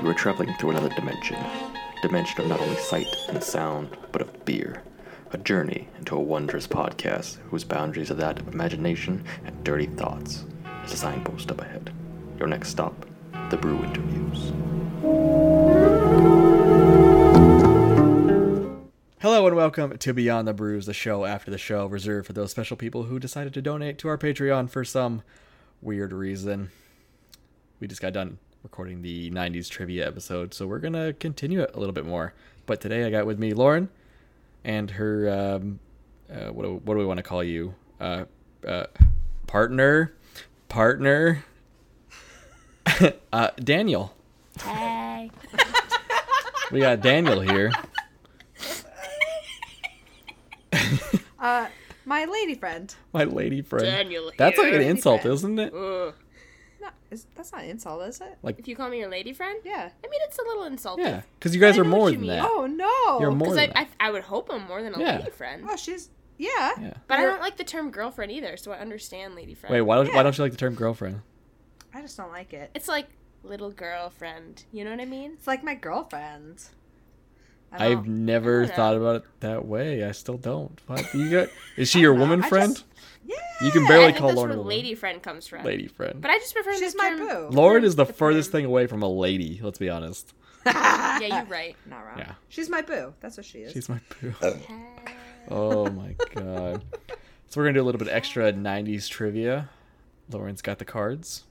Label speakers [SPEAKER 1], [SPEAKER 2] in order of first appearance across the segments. [SPEAKER 1] You are traveling through another dimension. Dimension of not only sight and sound, but of beer. A journey into a wondrous podcast whose boundaries are that of imagination and dirty thoughts. There's a signpost up ahead. Your next stop, the Brew Interviews.
[SPEAKER 2] Hello and welcome to Beyond the Brews, the show after the show reserved for those special people who decided to donate to our Patreon for some weird reason. We just got done recording the 90s trivia episode, so we're going to continue it a little bit more. But today I got with me Lauren and her, um, uh, what, do, what do we want to call you? Uh, uh, partner? Partner? uh, Daniel.
[SPEAKER 3] Hey.
[SPEAKER 2] We got Daniel here.
[SPEAKER 4] Uh, my lady friend.
[SPEAKER 2] My lady friend.
[SPEAKER 3] Daniel
[SPEAKER 2] That's like an
[SPEAKER 3] here.
[SPEAKER 2] insult, isn't it?
[SPEAKER 3] Ugh.
[SPEAKER 4] No, is, that's not an insult, is it?
[SPEAKER 3] If you call me your lady friend,
[SPEAKER 4] Yeah.
[SPEAKER 3] I mean it's a little insulting.
[SPEAKER 2] Yeah, because you guys
[SPEAKER 3] I
[SPEAKER 2] are
[SPEAKER 3] know what
[SPEAKER 2] more
[SPEAKER 3] you
[SPEAKER 2] than
[SPEAKER 3] mean.
[SPEAKER 2] that.
[SPEAKER 4] Oh no.
[SPEAKER 2] You're more
[SPEAKER 3] Because I,
[SPEAKER 2] than that.
[SPEAKER 3] I, I would hope I'm more than a
[SPEAKER 2] Yeah.
[SPEAKER 3] lady friend.
[SPEAKER 4] Oh, she's yeah.
[SPEAKER 2] yeah.
[SPEAKER 3] But I
[SPEAKER 4] You're-
[SPEAKER 3] don't like the term girlfriend either, so I understand lady friend.
[SPEAKER 2] Wait, why don't why
[SPEAKER 4] Yeah.
[SPEAKER 2] don't you like the term girlfriend?
[SPEAKER 4] I just don't like it.
[SPEAKER 3] It's like little girlfriend. You know what I mean?
[SPEAKER 4] It's like my girlfriend. I
[SPEAKER 2] I've
[SPEAKER 4] don't-
[SPEAKER 2] never
[SPEAKER 3] I don't
[SPEAKER 2] thought about it that way. I still don't. What? You got, is she your
[SPEAKER 4] don't know.
[SPEAKER 2] woman
[SPEAKER 4] I
[SPEAKER 2] friend?
[SPEAKER 4] just- yeah.
[SPEAKER 2] You can
[SPEAKER 3] I
[SPEAKER 2] barely
[SPEAKER 3] think
[SPEAKER 2] call
[SPEAKER 3] that's
[SPEAKER 2] Lauren
[SPEAKER 3] where
[SPEAKER 2] a lady,
[SPEAKER 3] lady friend comes from.
[SPEAKER 2] lady friend.
[SPEAKER 3] But I just prefer
[SPEAKER 4] She's
[SPEAKER 3] this
[SPEAKER 4] my
[SPEAKER 3] term-
[SPEAKER 4] boo.
[SPEAKER 2] Lauren is the
[SPEAKER 3] term-
[SPEAKER 2] furthest thing away from a lady. Let's be honest.
[SPEAKER 3] Yeah, you're right.
[SPEAKER 4] Not wrong.
[SPEAKER 2] Yeah.
[SPEAKER 4] She's my boo. That's what she is.
[SPEAKER 2] She's my poo.
[SPEAKER 3] Hey.
[SPEAKER 2] Oh my god. So we're gonna do a little bit extra '90s trivia. Lauren's got the cards.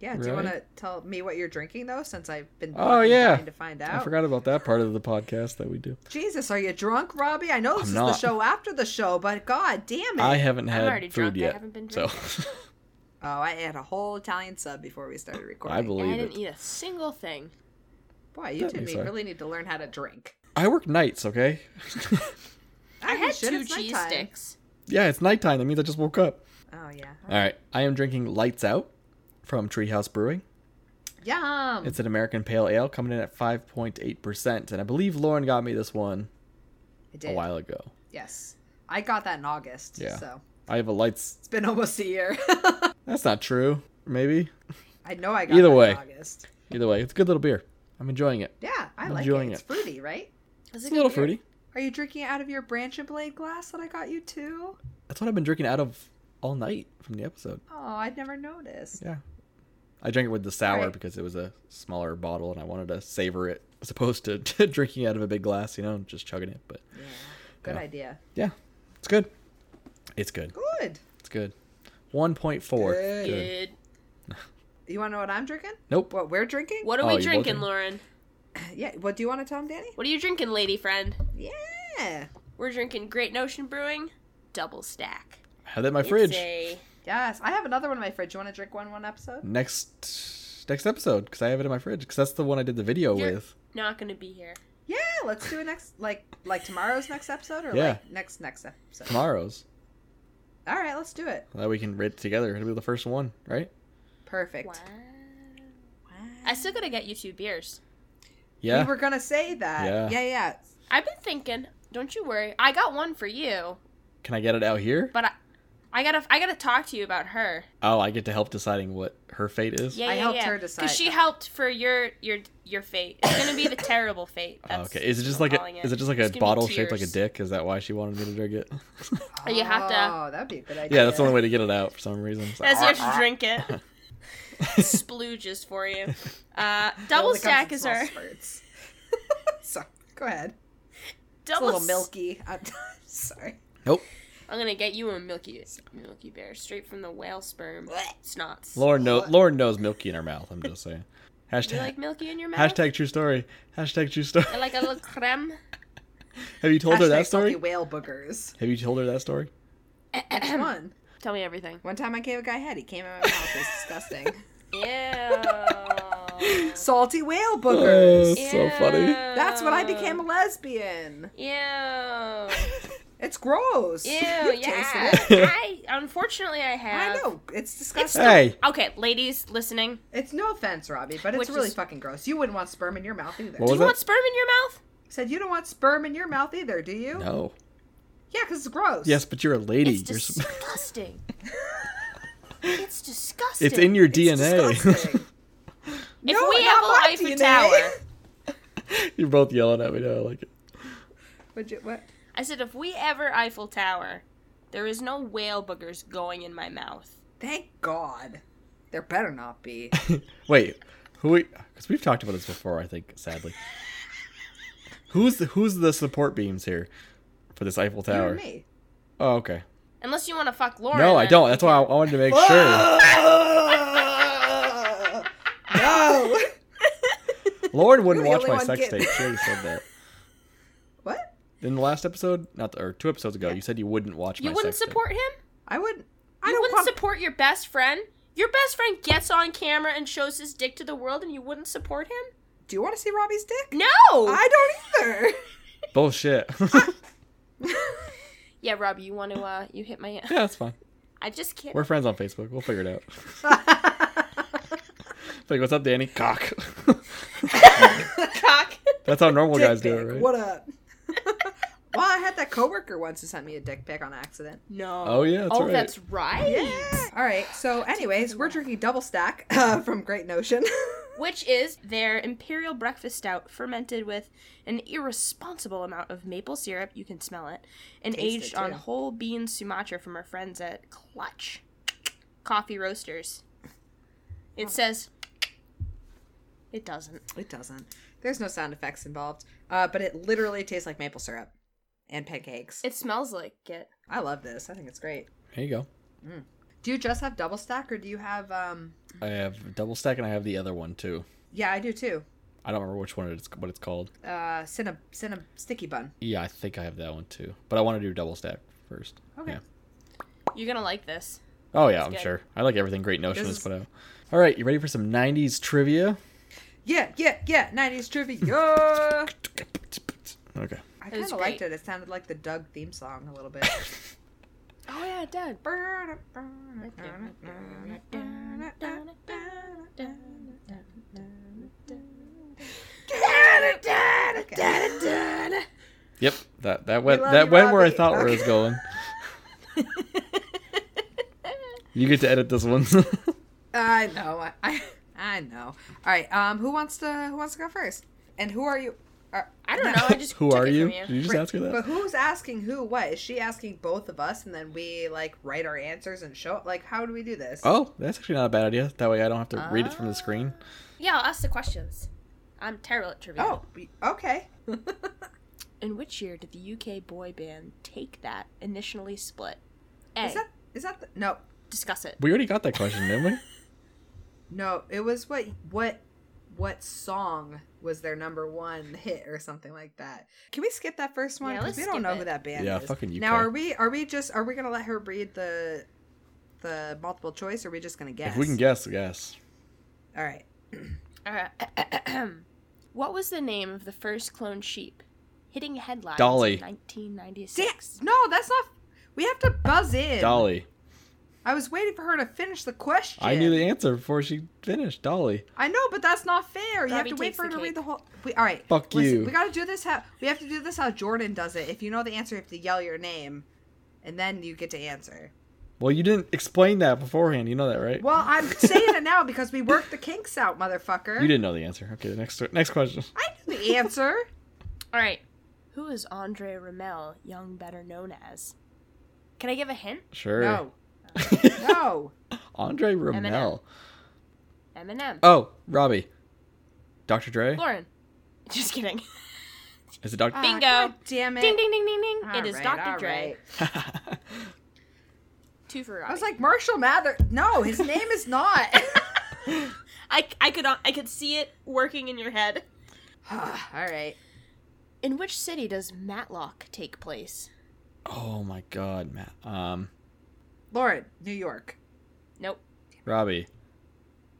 [SPEAKER 4] yeah. Do you want to
[SPEAKER 2] Right.
[SPEAKER 4] tell me what you're drinking though? Since I've been
[SPEAKER 2] Oh, yeah.
[SPEAKER 4] trying to find out.
[SPEAKER 2] I forgot about that part of the podcast that we do.
[SPEAKER 4] Jesus, are you drunk, Robbie? I know this
[SPEAKER 2] I'm
[SPEAKER 4] is
[SPEAKER 2] not.
[SPEAKER 4] the show after the show, but god damn it.
[SPEAKER 2] I haven't
[SPEAKER 3] I'm
[SPEAKER 2] had
[SPEAKER 3] already
[SPEAKER 2] food
[SPEAKER 3] drunk. I
[SPEAKER 2] yet,
[SPEAKER 3] haven't been
[SPEAKER 2] so
[SPEAKER 4] Oh, I had a whole Italian sub before we started recording.
[SPEAKER 2] I
[SPEAKER 3] And I
[SPEAKER 2] believe
[SPEAKER 3] didn't
[SPEAKER 2] it.
[SPEAKER 3] eat a single thing.
[SPEAKER 4] Boy, you
[SPEAKER 2] That
[SPEAKER 4] two
[SPEAKER 2] makes
[SPEAKER 4] need-
[SPEAKER 2] sense.
[SPEAKER 4] really need to learn how to drink.
[SPEAKER 2] I work nights, okay?
[SPEAKER 3] I had
[SPEAKER 4] shit,
[SPEAKER 3] two
[SPEAKER 4] it's
[SPEAKER 3] cheese
[SPEAKER 4] nighttime.
[SPEAKER 3] sticks.
[SPEAKER 2] yeah, it's nighttime. That means I just woke up.
[SPEAKER 4] Oh yeah.
[SPEAKER 2] All right, I am drinking Lights Out from Treehouse Brewing.
[SPEAKER 4] Yum.
[SPEAKER 2] It's an American Pale Ale coming in at 5.8%, and I believe Lauren got me this one
[SPEAKER 4] I did.
[SPEAKER 2] a while ago.
[SPEAKER 4] Yes. I got that in August.
[SPEAKER 2] Yeah.
[SPEAKER 4] So
[SPEAKER 2] I have a Lights.
[SPEAKER 4] it's been almost a year.
[SPEAKER 2] That's not true. Maybe.
[SPEAKER 4] I know I got
[SPEAKER 2] Either
[SPEAKER 4] that
[SPEAKER 2] way.
[SPEAKER 4] in August.
[SPEAKER 2] Either way, it's a good little beer. I'm enjoying it.
[SPEAKER 4] Yeah, I like
[SPEAKER 2] Enjoying
[SPEAKER 4] it. It's
[SPEAKER 2] it.
[SPEAKER 4] fruity, right?
[SPEAKER 3] It's
[SPEAKER 2] It's a little fruity.
[SPEAKER 4] Are you drinking it out of your branch and blade glass that I got you too?
[SPEAKER 2] That's what I've been drinking out of all night from the episode.
[SPEAKER 4] Oh, I'd never noticed.
[SPEAKER 2] Yeah. I drank it with the sour
[SPEAKER 4] right.
[SPEAKER 2] because it was a smaller bottle and I wanted to savor it as opposed to drinking out of a big glass, you know, and just chugging it. But
[SPEAKER 4] Yeah. Good
[SPEAKER 2] Yeah.
[SPEAKER 4] idea.
[SPEAKER 2] yeah, it's good. It's good.
[SPEAKER 4] Good.
[SPEAKER 2] It's good. 1.4.
[SPEAKER 4] Good.
[SPEAKER 2] Good.
[SPEAKER 3] Good.
[SPEAKER 4] You want to know what I'm drinking?
[SPEAKER 2] Nope.
[SPEAKER 4] What we're drinking?
[SPEAKER 3] What are
[SPEAKER 2] Oh, you
[SPEAKER 3] we
[SPEAKER 2] both
[SPEAKER 3] drinking,
[SPEAKER 2] drink.
[SPEAKER 3] Lauren?
[SPEAKER 4] Yeah. What do you want to tell him, Danny?
[SPEAKER 3] What are you drinking, lady friend?
[SPEAKER 4] Yeah.
[SPEAKER 3] We're drinking Great Notion Brewing Double Stack.
[SPEAKER 2] I have that in my fridge.
[SPEAKER 3] It's a
[SPEAKER 4] Yes. I have another one in my fridge. You want to drink one one
[SPEAKER 2] Mm.
[SPEAKER 4] episode?
[SPEAKER 2] next next episode because I have it in my fridge because that's the one I did the video
[SPEAKER 3] You're-
[SPEAKER 2] with.
[SPEAKER 3] not going to be here.
[SPEAKER 4] Yeah. Let's do it next, like like tomorrow's next episode, or
[SPEAKER 2] Yeah.
[SPEAKER 4] like next next episode.
[SPEAKER 2] Tomorrow's
[SPEAKER 4] All right. Let's do it.
[SPEAKER 2] that we can rate it together. It'll be the first one, right?
[SPEAKER 4] Perfect.
[SPEAKER 3] Wow.
[SPEAKER 4] Wow.
[SPEAKER 3] I still got to get you two beers.
[SPEAKER 2] Yeah.
[SPEAKER 4] We were gonna say that.
[SPEAKER 2] Yeah.
[SPEAKER 4] Yeah, yeah.
[SPEAKER 3] I've been thinking, don't you worry. I got one for you,
[SPEAKER 2] Can I get it out here?
[SPEAKER 3] but I I got to I got to talk to you about her.
[SPEAKER 2] Oh, I get to help deciding what her fate is.
[SPEAKER 3] Yeah,
[SPEAKER 4] I
[SPEAKER 3] yeah,
[SPEAKER 4] helped
[SPEAKER 3] yeah.
[SPEAKER 4] her decide
[SPEAKER 3] Cuz she
[SPEAKER 4] that.
[SPEAKER 3] helped for your your your fate. It's going to be the terrible fate.
[SPEAKER 2] Oh,
[SPEAKER 3] That's
[SPEAKER 2] okay. Is it just
[SPEAKER 3] what
[SPEAKER 2] like
[SPEAKER 3] I'm
[SPEAKER 2] a,
[SPEAKER 3] calling
[SPEAKER 2] is it just like
[SPEAKER 3] It's
[SPEAKER 2] a
[SPEAKER 3] gonna be
[SPEAKER 2] bottle shaped like a
[SPEAKER 3] tears.
[SPEAKER 2] dick? Is that why she wanted me to drink it?
[SPEAKER 3] Or you have to-
[SPEAKER 4] Oh, that'd be a good idea.
[SPEAKER 2] yeah, that's the only way to get it out for some reason. It's like,
[SPEAKER 3] As you have to drink it. Splooges for you. Uh,
[SPEAKER 4] It
[SPEAKER 3] double
[SPEAKER 4] only comes
[SPEAKER 3] stack
[SPEAKER 4] in
[SPEAKER 3] is
[SPEAKER 4] small
[SPEAKER 3] our
[SPEAKER 4] Spurts. so go ahead. It's a
[SPEAKER 3] double
[SPEAKER 4] little
[SPEAKER 3] s-
[SPEAKER 4] milky. I'm sorry.
[SPEAKER 2] nope.
[SPEAKER 3] I'm gonna get you a Milky Milky Bear straight from the whale sperm snots.
[SPEAKER 2] Lauren knows. Lauren knows Milky in her mouth. I'm just saying. Hashtag
[SPEAKER 3] you like Milky in your mouth?
[SPEAKER 2] hashtag true story. Hashtag true story.
[SPEAKER 3] I like a little creme.
[SPEAKER 2] Have you told her
[SPEAKER 4] Hashtag
[SPEAKER 2] that
[SPEAKER 4] salty
[SPEAKER 2] story?
[SPEAKER 4] Whale boogers.
[SPEAKER 2] Have you told her that story?
[SPEAKER 4] Which one?
[SPEAKER 3] Tell me everything.
[SPEAKER 4] One time I gave a guy head. He came in my mouth. It was disgusting.
[SPEAKER 3] Yeah.
[SPEAKER 4] Salty whale
[SPEAKER 2] Oh,
[SPEAKER 4] boogers.
[SPEAKER 2] it's so funny.
[SPEAKER 4] That's when I became a lesbian.
[SPEAKER 3] Yeah.
[SPEAKER 4] It's gross.
[SPEAKER 3] Ew.
[SPEAKER 4] You've
[SPEAKER 3] yeah.
[SPEAKER 4] tasted it.
[SPEAKER 3] I unfortunately I have.
[SPEAKER 4] I know. It's
[SPEAKER 3] It's
[SPEAKER 4] disgusting.
[SPEAKER 3] still-
[SPEAKER 2] Hey.
[SPEAKER 3] okay, ladies listening.
[SPEAKER 4] It's no offense, Robbie, but it's
[SPEAKER 3] Which
[SPEAKER 4] really
[SPEAKER 3] is-
[SPEAKER 4] fucking gross. You wouldn't want sperm in your mouth either.
[SPEAKER 2] What was
[SPEAKER 3] You
[SPEAKER 2] that?
[SPEAKER 3] want sperm in your mouth?
[SPEAKER 4] Said you don't want sperm in your mouth either, do you?
[SPEAKER 2] No.
[SPEAKER 4] Yeah, because it's gross.
[SPEAKER 2] Yes, but you're a lady.
[SPEAKER 3] It's
[SPEAKER 2] you're sm-
[SPEAKER 3] disgusting. it's disgusting.
[SPEAKER 2] it's in your
[SPEAKER 4] It's
[SPEAKER 2] DNA.
[SPEAKER 4] disgusting.
[SPEAKER 3] If
[SPEAKER 4] No,
[SPEAKER 3] we
[SPEAKER 4] not
[SPEAKER 3] have
[SPEAKER 4] my
[SPEAKER 3] a Eiffel
[SPEAKER 4] DNA.
[SPEAKER 3] Tower,
[SPEAKER 2] You're both yelling at me now. I like it.
[SPEAKER 4] Would you, what?
[SPEAKER 3] I said, if we ever Eiffel Tower, there is no whale boogers going in my mouth.
[SPEAKER 4] Thank God. There better not be.
[SPEAKER 2] Wait, who? Because we, have talked about this before, I think. Sadly, who's the, who's the support beams here for this Eiffel
[SPEAKER 4] You
[SPEAKER 2] Tower?
[SPEAKER 4] and me.
[SPEAKER 2] Oh, okay.
[SPEAKER 3] Unless you want to fuck Lauren.
[SPEAKER 2] No, I
[SPEAKER 3] then-
[SPEAKER 2] don't. That's why I, I wanted to make sure.
[SPEAKER 4] no.
[SPEAKER 2] Lauren wouldn't
[SPEAKER 4] You're the
[SPEAKER 2] watch
[SPEAKER 4] only
[SPEAKER 2] my
[SPEAKER 4] one
[SPEAKER 2] sex
[SPEAKER 4] getting-
[SPEAKER 2] tape. She already said that
[SPEAKER 4] What?
[SPEAKER 2] in the last episode, not the, or two episodes ago. You said you wouldn't watch.
[SPEAKER 3] You
[SPEAKER 2] my
[SPEAKER 3] wouldn't
[SPEAKER 2] sex tape.
[SPEAKER 3] support him?
[SPEAKER 4] I wouldn't. I
[SPEAKER 3] You
[SPEAKER 4] don't
[SPEAKER 3] wouldn't
[SPEAKER 4] want.
[SPEAKER 3] support your best friend? Your best friend gets on camera and shows his dick to the world and you wouldn't support him?
[SPEAKER 4] Do you want to see Robbie's dick?
[SPEAKER 3] No!
[SPEAKER 4] I don't either.
[SPEAKER 2] Bullshit.
[SPEAKER 3] Yeah, Rob, you want to, uh, you hit my.
[SPEAKER 2] yeah, that's fine.
[SPEAKER 3] I just can't.
[SPEAKER 2] We're friends on Facebook. We'll figure it out. Like, what's up, Danny? Cock.
[SPEAKER 3] cock.
[SPEAKER 2] that's how normal
[SPEAKER 4] Dick
[SPEAKER 2] guys do it,
[SPEAKER 4] pic,
[SPEAKER 2] right?
[SPEAKER 4] What up? well, I had that coworker once who sent me a dick pic on accident.
[SPEAKER 3] No.
[SPEAKER 2] Oh yeah, that's
[SPEAKER 3] oh,
[SPEAKER 2] right.
[SPEAKER 3] that's right.
[SPEAKER 4] All right. So, anyways, we're drinking double stack uh, from Great Notion.
[SPEAKER 3] Which is their imperial breakfast stout fermented with an irresponsible amount of maple syrup, you can smell it, and
[SPEAKER 4] Taste it,
[SPEAKER 3] aged on
[SPEAKER 4] too.
[SPEAKER 3] whole bean Sumatra from our friends at Clutch Coffee Roasters. It says it doesn't.
[SPEAKER 4] it doesn't. There's no sound effects involved. Uh, but it literally tastes like maple syrup and pancakes.
[SPEAKER 3] It smells like it.
[SPEAKER 4] I love this. I think it's great.
[SPEAKER 2] There you go.
[SPEAKER 4] Do you just have double stack, or do you have? um
[SPEAKER 2] I have double stack, and I have the other one too.
[SPEAKER 4] Yeah, I do too.
[SPEAKER 2] I don't remember which one it's what it's called.
[SPEAKER 4] Uh, cinna cinna sticky bun.
[SPEAKER 2] Yeah, I think I have that one too. But I want to do double stack first.
[SPEAKER 4] Okay.
[SPEAKER 2] Yeah.
[SPEAKER 3] You're gonna like this.
[SPEAKER 2] Oh yeah, I'm
[SPEAKER 3] good.
[SPEAKER 2] sure. I like everything Great Notion
[SPEAKER 4] This
[SPEAKER 2] has
[SPEAKER 4] is-
[SPEAKER 2] put out. All right, you ready for some '90s trivia?
[SPEAKER 4] Yeah, yeah, yeah. Nineties trivia.
[SPEAKER 2] Okay.
[SPEAKER 4] I
[SPEAKER 3] It
[SPEAKER 4] kind
[SPEAKER 3] was
[SPEAKER 4] of liked
[SPEAKER 3] great.
[SPEAKER 4] it. It sounded like the Doug theme song a little bit.
[SPEAKER 3] Oh yeah, it did.
[SPEAKER 2] Yep. That that went
[SPEAKER 4] love
[SPEAKER 2] that
[SPEAKER 4] you,
[SPEAKER 2] went where I
[SPEAKER 4] Robbie.
[SPEAKER 2] thought where it
[SPEAKER 4] Okay.
[SPEAKER 2] was going. You get to edit this one.
[SPEAKER 4] I know. I, I I know. All right. Um, who wants to who wants to go first? And who are you? Are,
[SPEAKER 3] I don't
[SPEAKER 4] no,
[SPEAKER 3] know. I just
[SPEAKER 2] Who
[SPEAKER 3] took
[SPEAKER 2] are
[SPEAKER 3] it
[SPEAKER 2] you?
[SPEAKER 3] from
[SPEAKER 2] Did you just ask her
[SPEAKER 4] But
[SPEAKER 2] that?
[SPEAKER 4] who's asking who? What is she asking both of us? And then we like write our answers and show. Like, how do we do this?
[SPEAKER 2] Oh, that's actually not a bad idea. That way I don't have to read it from the screen.
[SPEAKER 3] Yeah, I'll ask the questions. I'm terrible at trivia.
[SPEAKER 4] Oh, we- okay.
[SPEAKER 3] In which year did the UK boy band Take That initially split? A.
[SPEAKER 4] Is that is that the, no
[SPEAKER 3] discuss it.
[SPEAKER 2] We already got that question, didn't we?
[SPEAKER 4] no? It was what what what song was their number one hit or something like that? Can we skip that first one?
[SPEAKER 3] Yeah,
[SPEAKER 4] 'Cause
[SPEAKER 3] let's
[SPEAKER 4] we don't
[SPEAKER 3] skip
[SPEAKER 4] know who
[SPEAKER 3] it.
[SPEAKER 4] that band
[SPEAKER 2] Yeah,
[SPEAKER 4] is.
[SPEAKER 2] fucking
[SPEAKER 4] Now
[SPEAKER 2] UK.
[SPEAKER 4] are we are we just are we gonna let her read the the multiple choice? Or are we just gonna guess?
[SPEAKER 2] If we can guess, yes.
[SPEAKER 4] All right.
[SPEAKER 3] Uh, what was the name of the first cloned sheep? Hitting headlines
[SPEAKER 2] Dolly.
[SPEAKER 3] in 1996.
[SPEAKER 4] Six. No, that's not. We have to buzz in.
[SPEAKER 2] Dolly.
[SPEAKER 4] I was waiting for her to finish the question.
[SPEAKER 2] I knew the answer before she finished. Dolly.
[SPEAKER 4] I know, but that's not fair. you have
[SPEAKER 3] Robbie
[SPEAKER 4] to wait
[SPEAKER 3] takes
[SPEAKER 4] for her
[SPEAKER 3] the
[SPEAKER 4] to
[SPEAKER 3] cake.
[SPEAKER 4] read the whole. We, all right.
[SPEAKER 2] Fuck
[SPEAKER 4] listen,
[SPEAKER 2] you.
[SPEAKER 4] We gotta do this how we have to do this how Jordan does it. If you know the answer, you have to yell your name, and then you get to answer.
[SPEAKER 2] Well, you didn't explain that beforehand. You know that, right?
[SPEAKER 4] Well, I'm saying it now because we worked the kinks out, motherfucker.
[SPEAKER 2] You didn't know the answer. Okay, the next next question.
[SPEAKER 4] I knew the answer.
[SPEAKER 3] All right. Who is Andre Ramel, young better known as? Can I give a hint?
[SPEAKER 2] Sure.
[SPEAKER 4] no, no.
[SPEAKER 2] Andre Rommel.
[SPEAKER 3] Eminem. Eminem.
[SPEAKER 2] Oh, Robbie. Dr. Dre?
[SPEAKER 3] Lauren. Just kidding.
[SPEAKER 2] Is it Dr.
[SPEAKER 4] Ah,
[SPEAKER 3] Bingo.
[SPEAKER 4] God damn it.
[SPEAKER 3] ding ding ding ding ding.
[SPEAKER 4] All
[SPEAKER 3] it is
[SPEAKER 4] right, all
[SPEAKER 3] Dr. Dre.
[SPEAKER 4] right.
[SPEAKER 3] Two for Robbie.
[SPEAKER 4] I was like Marshall Mather. No, his name is not.
[SPEAKER 3] I, I could I could see it working in your head.
[SPEAKER 4] all right.
[SPEAKER 3] In which city does Matlock take place?
[SPEAKER 2] oh my god, Matt. Um,
[SPEAKER 4] Lauren, New York.
[SPEAKER 3] Nope.
[SPEAKER 2] Robbie.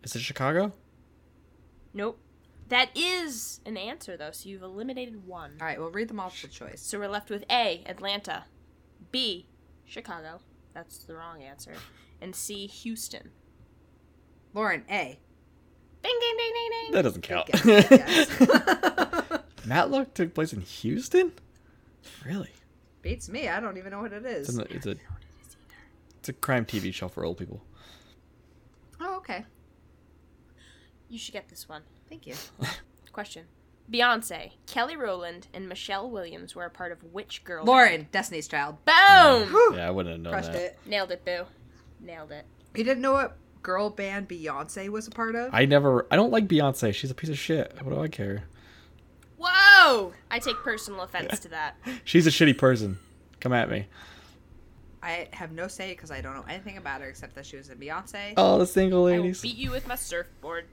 [SPEAKER 2] Is it Chicago?
[SPEAKER 3] Nope. That is an answer, though, so you've eliminated one.
[SPEAKER 4] All right, we'll read the multiple choice.
[SPEAKER 3] So we're left with A, Atlanta, B, Chicago. That's the wrong answer. And C, Houston.
[SPEAKER 4] Lauren, A.
[SPEAKER 3] Ding, ding, ding, ding, ding.
[SPEAKER 2] That doesn't count.
[SPEAKER 4] Good guess, good guess.
[SPEAKER 2] Matlock took place in Houston? Really?
[SPEAKER 4] Beats me. I don't even know what it
[SPEAKER 2] It's, in
[SPEAKER 4] is.
[SPEAKER 2] the, it's a it's a crime TV show for old people.
[SPEAKER 4] Oh, okay.
[SPEAKER 3] You should get this one.
[SPEAKER 4] Thank you.
[SPEAKER 3] Question. Beyonce, Kelly Rowland, and Michelle Williams were a part of which girl?
[SPEAKER 4] Lauren, Destiny's Child.
[SPEAKER 3] band? Boom!
[SPEAKER 2] Yeah, I wouldn't have known
[SPEAKER 4] Crushed
[SPEAKER 2] that.
[SPEAKER 4] it.
[SPEAKER 3] Nailed it, boo. Nailed it.
[SPEAKER 4] You didn't know what girl band Beyonce was a part of?
[SPEAKER 2] I never. I don't like Beyonce. She's a piece of shit. What do I care?
[SPEAKER 3] Whoa! I take personal offense to that.
[SPEAKER 2] She's a shitty person. Come at me.
[SPEAKER 4] I have no say because I don't know anything about her except that she was in Beyonce.
[SPEAKER 2] Oh, the single
[SPEAKER 3] I will
[SPEAKER 2] ladies.
[SPEAKER 3] beat you with my surfboard.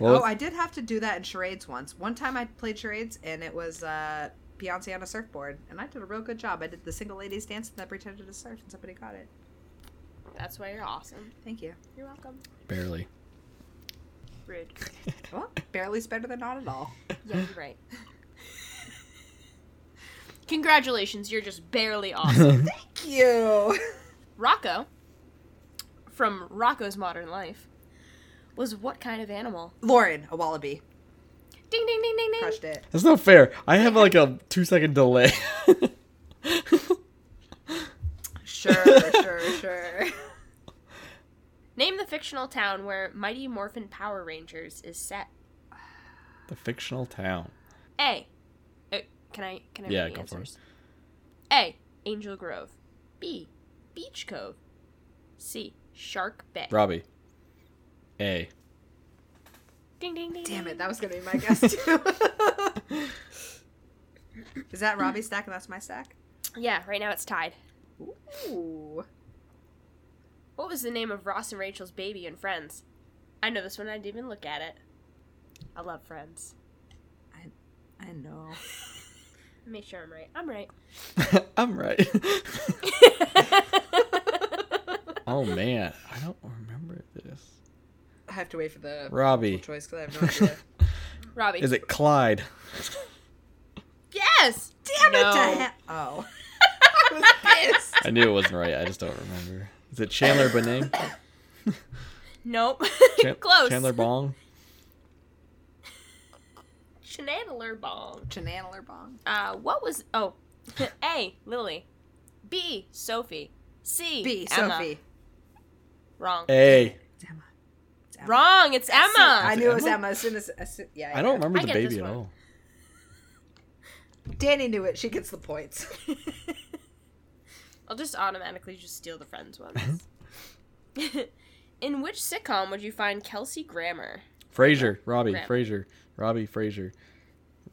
[SPEAKER 2] Well,
[SPEAKER 4] oh, I did have to do that in charades once. One time I played charades and it was uh, Beyonce on a surfboard, and I did a real good job. I did the single ladies dance and I pretended to surf, and somebody got it.
[SPEAKER 3] That's why you're awesome.
[SPEAKER 4] Thank you.
[SPEAKER 3] You're welcome.
[SPEAKER 2] barely.
[SPEAKER 3] Rude.
[SPEAKER 4] Well, barely's better than not at all.
[SPEAKER 3] Yeah, you're right. Congratulations, you're just barely awesome.
[SPEAKER 4] Thank you.
[SPEAKER 3] Rocco, from Rocco's Modern Life, was what kind of animal?
[SPEAKER 4] Lauren, a wallaby,
[SPEAKER 3] Ding, ding, ding, ding, ding.
[SPEAKER 4] crushed it.
[SPEAKER 2] That's not fair. I have like a two second delay.
[SPEAKER 4] Sure, sure, sure.
[SPEAKER 3] Name the fictional town where Mighty Morphin Power Rangers is set.
[SPEAKER 2] the fictional town.
[SPEAKER 3] A. Uh, can I? Can I?
[SPEAKER 2] Yeah,
[SPEAKER 3] read the
[SPEAKER 2] go for it.
[SPEAKER 3] answers? A. Angel Grove. B. Beach Cove. C. Shark Bay.
[SPEAKER 2] Robbie. A.
[SPEAKER 3] Ding, ding, ding.
[SPEAKER 4] Damn
[SPEAKER 3] ding.
[SPEAKER 4] it, that was gonna be my guess too. Is that Robbie's stack and that's my stack?
[SPEAKER 3] Yeah, right now it's tied.
[SPEAKER 4] Ooh.
[SPEAKER 3] What was the name of Ross and Rachel's baby and Friends? I know this one. I didn't even look at it. I love Friends.
[SPEAKER 4] I know.
[SPEAKER 3] Make sure I'm right. I'm right.
[SPEAKER 2] I'm right. oh man, I don't remember this.
[SPEAKER 4] I have to wait for the
[SPEAKER 2] Robbie.
[SPEAKER 4] choice because I have no idea.
[SPEAKER 3] Robbie.
[SPEAKER 2] Is it Clyde?
[SPEAKER 3] Yes. Damn
[SPEAKER 4] What the hell? Oh. I was pissed.
[SPEAKER 2] I knew it wasn't right. I just don't remember. Is it Chandler Bename?
[SPEAKER 3] Nope.
[SPEAKER 2] Chan-
[SPEAKER 3] Close.
[SPEAKER 2] Chandler Bong.
[SPEAKER 3] Chandler Bong.
[SPEAKER 4] Chanandler bong.
[SPEAKER 3] Uh, what was? Oh, A. Lily. B. Sophie. C.
[SPEAKER 4] B.
[SPEAKER 3] Emma.
[SPEAKER 4] Sophie.
[SPEAKER 3] Wrong.
[SPEAKER 2] A.
[SPEAKER 4] It's Emma. It's Emma.
[SPEAKER 3] Wrong. It's
[SPEAKER 4] I
[SPEAKER 3] Emma.
[SPEAKER 2] Is it
[SPEAKER 4] knew it was
[SPEAKER 2] Emma?
[SPEAKER 4] Emma as soon as. as soon, yeah,
[SPEAKER 2] I don't
[SPEAKER 4] yeah.
[SPEAKER 2] remember
[SPEAKER 3] I
[SPEAKER 2] the
[SPEAKER 3] get
[SPEAKER 2] baby
[SPEAKER 3] this
[SPEAKER 2] at
[SPEAKER 3] one.
[SPEAKER 2] all.
[SPEAKER 4] Danny knew it. She gets the points.
[SPEAKER 3] I'll just automatically just steal the Friends ones. In which sitcom would you find Kelsey Grammer?
[SPEAKER 2] Frasier. Robbie.
[SPEAKER 3] Grandma.
[SPEAKER 2] Frasier. Robbie. Frasier.